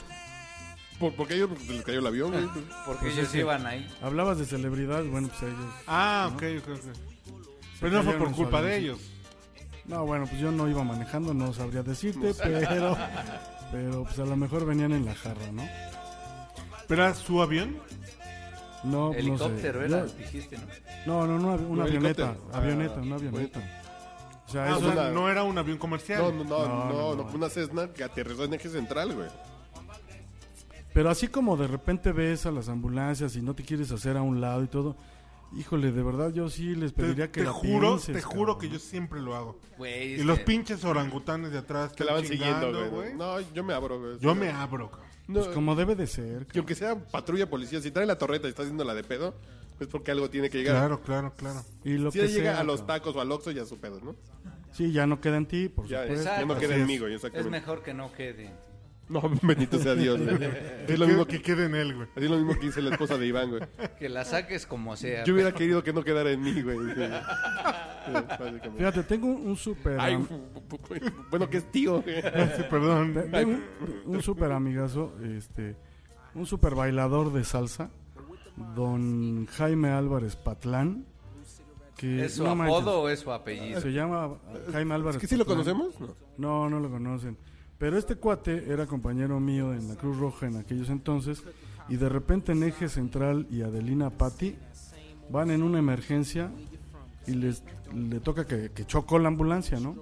D: por, porque a ellos se les cayó el avión, güey.
E: Porque ellos iban ahí.
F: Hablabas de celebridades, bueno, pues ellos.
C: Ah, ok, ok, ok.
F: se
C: Pero no fue
F: cayeron
C: por
F: en su
C: culpa de
F: avioncito.
C: ellos.
F: No, bueno, pues yo no iba manejando, no sabría decirte, pero. Pero pues a lo mejor venían en la jarra, ¿no?
C: ¿Pero era su avión?
F: No, pues, no sé.
E: Helicóptero
F: Yo-
E: era, dijiste, ¿no?
F: No, no, no, una,
D: Un
F: avioneta.
D: helicóptero.
F: Avioneta,
D: Ah,
F: una avioneta. O sea,
C: Ah, o
F: eso
C: sea,
D: una-
C: no era un avión comercial.
D: No, no, no, no,
F: No, no,
D: no,
F: no.
D: fue una Cessna que aterrizó en eje central, güey.
F: Pero así como de repente ves a las ambulancias y no te quieres hacer a un lado y todo, híjole, de verdad yo sí les
C: Te,
F: pediría que
C: te
F: la
C: juro,
F: pienses,
C: te juro
F: cabrón.
C: que yo siempre lo hago.
E: Güey,
C: Y
E: es
C: los
E: que-
C: pinches orangutanes de atrás
D: Que
C: te
D: la van siguiendo, güey. No, yo me abro, güey.
C: Yo me abro, cabrón.
D: No,
F: Pues como debe de ser.
D: Y aunque sea patrulla policía, si trae la torreta y está haciendo la de pedo, pues porque algo tiene que llegar.
C: Claro, claro, claro.
F: Y lo
D: Si
F: que
D: ya llega
F: sea,
D: a los
F: cabrón.
D: tacos o al Oxxo, ya su pedo, ¿no?
F: Sí, ya no queda en ti, por
D: Ya,
F: supuesto.
D: ya no
E: Exacto.
D: queda
C: Así es.
D: enemigo, ya
E: Es
D: exactamente.
E: mejor que no quede.
D: No, bendito sea Dios, güey. Es lo
C: Que-
D: mismo
C: que
D: que,
C: quede en él, güey.
D: es lo mismo que dice la esposa de Iván, güey.
E: Que la saques como sea.
D: Yo hubiera querido que no quedara en mí, güey. Sí. Sí, básicamente.
F: Fíjate, tengo un, un super
D: Ay,
F: am-
D: bueno, que es tío, güey.
C: Sí, perdón.
F: tengo un, un super amigazo, este, un super bailador de salsa, don Jaime Álvarez Patlán, que
E: ¿Es su
F: no manches,
E: apodo o es su apellido?
F: se llama Jaime Álvarez.
D: ¿Es que sí lo
F: Patlán.
D: conocemos? No.
F: No, no lo conocen. Pero este cuate era compañero mío en la Cruz Roja en aquellos entonces y de repente en Eje Central y Adelina Patti van en una emergencia y les le toca que, que chocó la ambulancia, ¿no?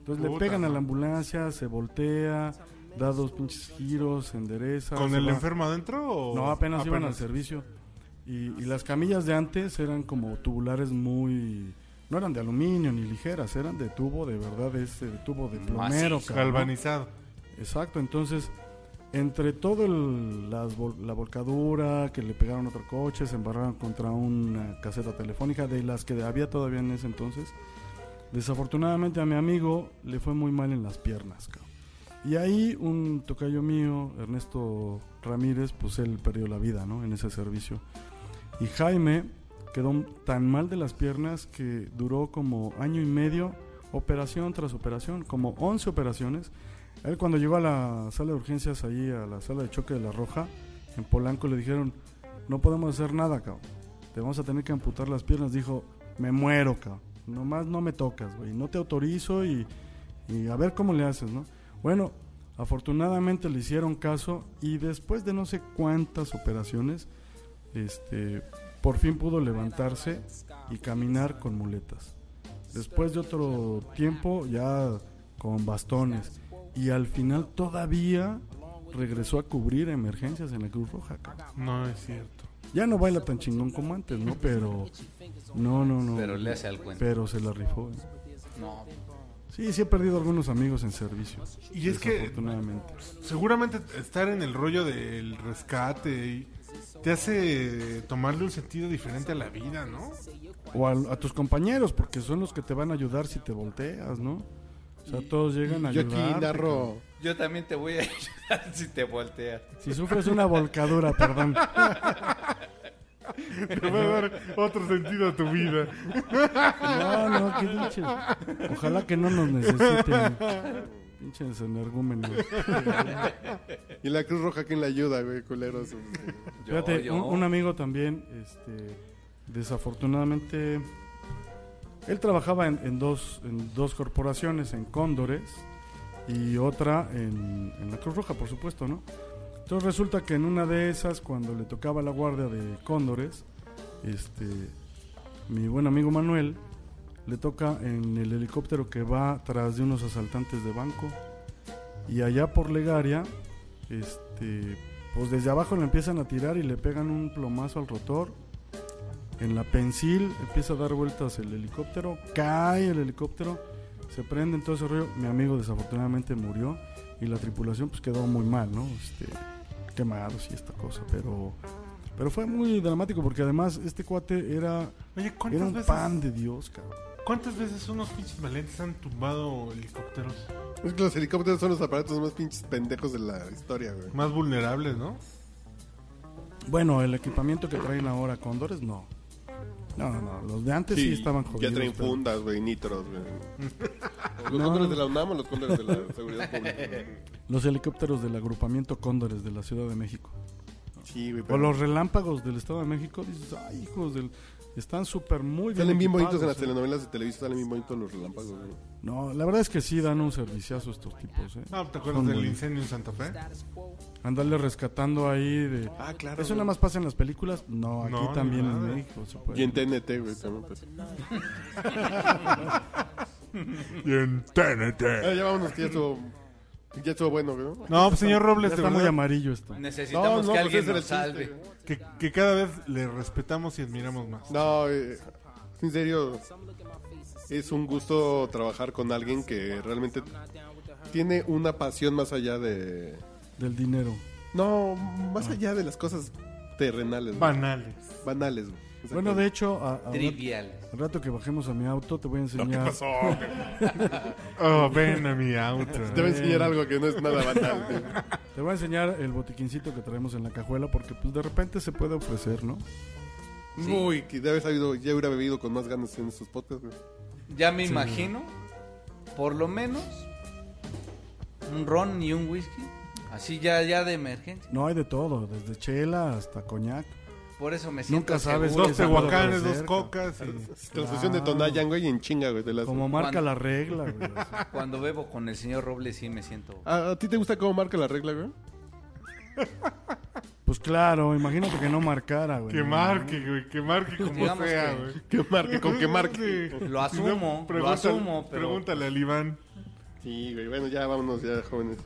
F: Entonces le
C: Puta
F: pegan a
C: madre.
F: la ambulancia, se voltea, da dos pinches giros, se endereza.
C: ¿Con
F: se
C: el
F: va.
C: enfermo adentro o...?
F: No, apenas, iban al servicio. Y, y las camillas de antes eran como tubulares muy... No eran de aluminio ni ligeras, eran de tubo, de verdad, de ese de tubo de plomero. cabrón.
C: Galvanizado.
F: Exacto, entonces, entre todo el- las vol- la volcadura, que le pegaron a otro coche, se embarraron contra una caseta telefónica, de las que había todavía en ese entonces, desafortunadamente a mi amigo le fue muy mal en las piernas, cabrón. Y ahí un tocayo mío, Ernesto Ramírez, pues él perdió la vida, ¿no? En ese servicio. Y Jaime quedó tan mal de las piernas que duró como año y medio, operación tras operación, como 11 operaciones. Él cuando llegó a la sala de urgencias, ahí a la sala de choque de La Roja, en Polanco le dijeron, no podemos hacer nada, cabrón. Te vamos a tener que amputar las piernas. Dijo, me muero, cabrón. Nomás no me tocas, güey. No te autorizo y, y a ver cómo le haces, ¿no? Bueno, afortunadamente le hicieron caso y después de no sé cuántas operaciones, este, por fin pudo levantarse y caminar con muletas. Después de otro tiempo, ya con bastones. Y al final todavía regresó a cubrir emergencias en la Cruz Roja. cabrón.
C: No, es cierto.
F: Ya no baila tan chingón como antes, ¿no? Pero. No, no, no.
E: Pero le hace al cuento.
F: Pero se la rifó. ¿eh?
E: No.
F: Sí, sí he perdido algunos amigos en servicio.
C: Y es que
F: Desafortunadamente.
C: seguramente estar en el rollo del rescate y te hace tomarle un sentido diferente a la vida, ¿no?
F: O al- a, tus compañeros, porque son los que te van a ayudar si te volteas, ¿no? O sea, todos llegan a
D: Yo aquí
F: ayudar.
D: narro.
E: Yo también te voy a ayudar si te volteas.
F: Si sufres una volcadura, perdón.
C: Te va a dar otro sentido a tu vida.
F: No, no, qué pinches. Ojalá que no nos necesiten. Pinches energúmenos.
D: Y la Cruz Roja, ¿quién le ayuda, güey? Culeros.
E: Yo,
F: Fíjate,
E: yo.
F: Un, un amigo también, este, desafortunadamente, él trabajaba en, en dos, en dos corporaciones, en Cóndores y otra en, en la Cruz Roja, por supuesto, ¿no? Entonces resulta que en una de esas, cuando le tocaba la guardia de Cóndores, este, mi buen amigo Manuel le toca en el helicóptero que va tras de unos asaltantes de banco y allá por Legaria, este, pues desde abajo le empiezan a tirar y le pegan un plomazo al rotor. En la pensil empieza a dar vueltas el helicóptero, cae el helicóptero, se prende en todo ese rollo. Mi amigo desafortunadamente murió y la tripulación pues quedó muy mal, ¿no? Este, quemados y esta cosa, pero pero fue muy dramático porque además este cuate era,
C: Oye,
F: era
C: ¿cuántas
F: un
C: veces,
F: pan de Dios, cabrón.
C: ¿cuántas veces unos pinches valientes han tumbado helicópteros?
D: Es que los helicópteros son los aparatos más pinches pendejos de la historia, güey.
C: Más vulnerables, ¿no?
F: Bueno, el equipamiento que traen ahora Cóndores, no. No, no, los de antes sí, estaban
D: Ya
F: jodidos.
D: traen
F: pero-
D: fundas, güey, nitros, güey. ¿Los cóndores de la UNAM o los cóndores de la Seguridad Pública?
F: Los helicópteros del agrupamiento Cóndores de la Ciudad de México.
D: Sí, güey.
F: O
D: pero
F: los relámpagos del Estado de México. Dices, ay, hijos del... Están súper muy bien
D: Salen bien bonitos
F: equipados,
D: en las
F: ¿eh?
D: telenovelas de televisión, salen bien bonitos los relámpagos, güey.
F: No, la verdad es que sí dan un serviciazo estos tipos, ¿eh?
C: Ah, ¿te acuerdas
F: Son
C: del
F: buenos.
C: incendio en Santa Fe?
E: Pues
F: Andarle rescatando ahí de...
D: Ah, claro.
F: ¿Eso nada más pasa en las películas? No, aquí
C: No, ni
F: también en
C: madre.
F: México se puede.
D: Y en TNT, güey, también. pues.
C: Y en TNT.
D: Ah, ya vámonos, que ya estuvo, ya estuvo bueno, güey.
C: No, pues señor
F: Ya
C: Robles, de
F: está muy
C: verdad,
F: amarillo esto.
E: este- Necesitamos que
D: pues
E: alguien
D: ese era
E: nos
D: el
E: salve.
D: chiste, güey.
C: que, que cada vez le respetamos y admiramos más.
D: No, eh, en serio, es un gusto trabajar con alguien que realmente tiene una pasión más allá de...
F: Del dinero.
D: No, más allá de las cosas terrenales, güey.
C: Banales.
D: banales. güey.
F: Bueno, de hecho, a- a-
E: Trivial.
F: al rato que bajemos a mi auto te voy a enseñar...
C: Oh, ven a mi auto.
D: Te voy a enseñar algo que no es nada banal. güey.
F: Te voy a enseñar el botiquincito que traemos en la cajuela porque pues de repente se puede ofrecer, ¿no?
D: Uy, que ya, había sabido, ya hubiera bebido con más ganas en estos podcasts. güey.
E: Ya me imagino, por lo menos, un ron y un whisky. Así ya, ya de emergencia.
F: No hay de todo, desde chela hasta coñac.
E: Por eso me siento
F: Nunca sabes.
E: seguro.
C: Dos tehuacanes,
F: Cerca.
C: dos cocas. y-
D: Transfusión de
F: Claro.
D: Tonayan, güey, y en chinga, güey. te la-
F: Como marca
E: Juan.
F: la regla, güey. o sea.
E: Cuando bebo con el señor Robles sí me siento...
F: Ah.
D: ¿A, a ti te gusta cómo marca la regla, güey?
F: Pues claro, imagínate que no marcara, güey.
C: Que
F: No,
C: marque, güey, que marque como
E: Digamos
C: sea,
E: que-
C: güey.
D: Que marque, con que marque.
C: Sí.
E: Lo
C: Si no,
E: asumo, lo
C: pregúntale-
E: asumo, pero...
C: Pregúntale al Iván.
D: Sí, güey, bueno, ya vámonos ya, jóvenes.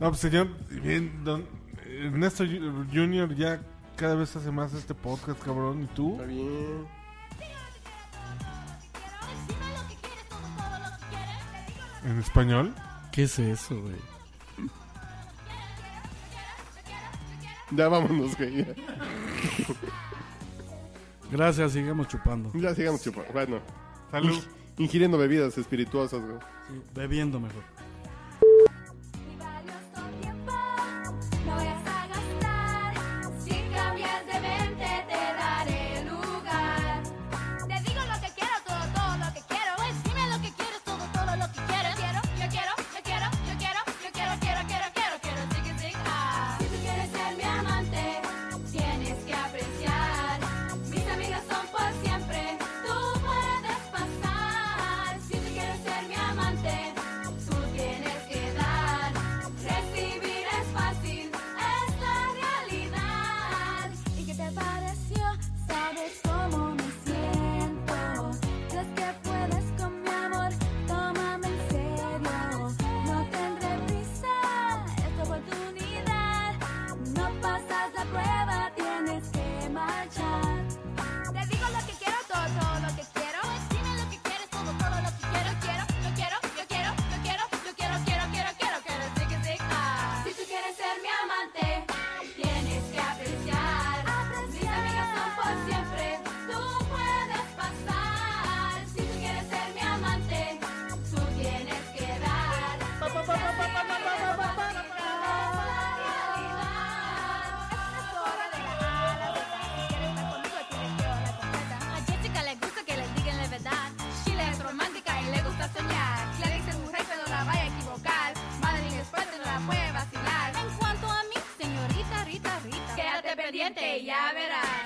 C: No, pues señor, bien, don eh, Ernesto Ju- Junior ya cada vez hace más este podcast, cabrón. ¿Y tú?
D: Está bien.
C: ¿En español?
F: ¿Qué es eso, güey?
D: Ya vámonos, güey. Ya,
F: Gracias, sigamos chupando.
D: Ya sigamos chupando. Bueno,
C: Salud.
D: ingiriendo bebidas espirituosas, güey.
F: Sí, bebiendo mejor.
I: Y valioso tiempo no vayas a gastar. Si cambias de mente, te daré lugar. Te digo lo que quiero, todo, todo lo que quiero. Pues dime lo que quieres, todo, todo lo que quieres. Quiero, yo quiero, yo quiero, yo quiero, yo quiero, quiero, quiero, quiero, quiero, sigue, sigue. Ah. Si tú quieres ser mi amante, tienes que apreciar. Mis amigas son por siempre, tú puedes pasar. Si tú quieres ser mi amante, tú siente y ya verás.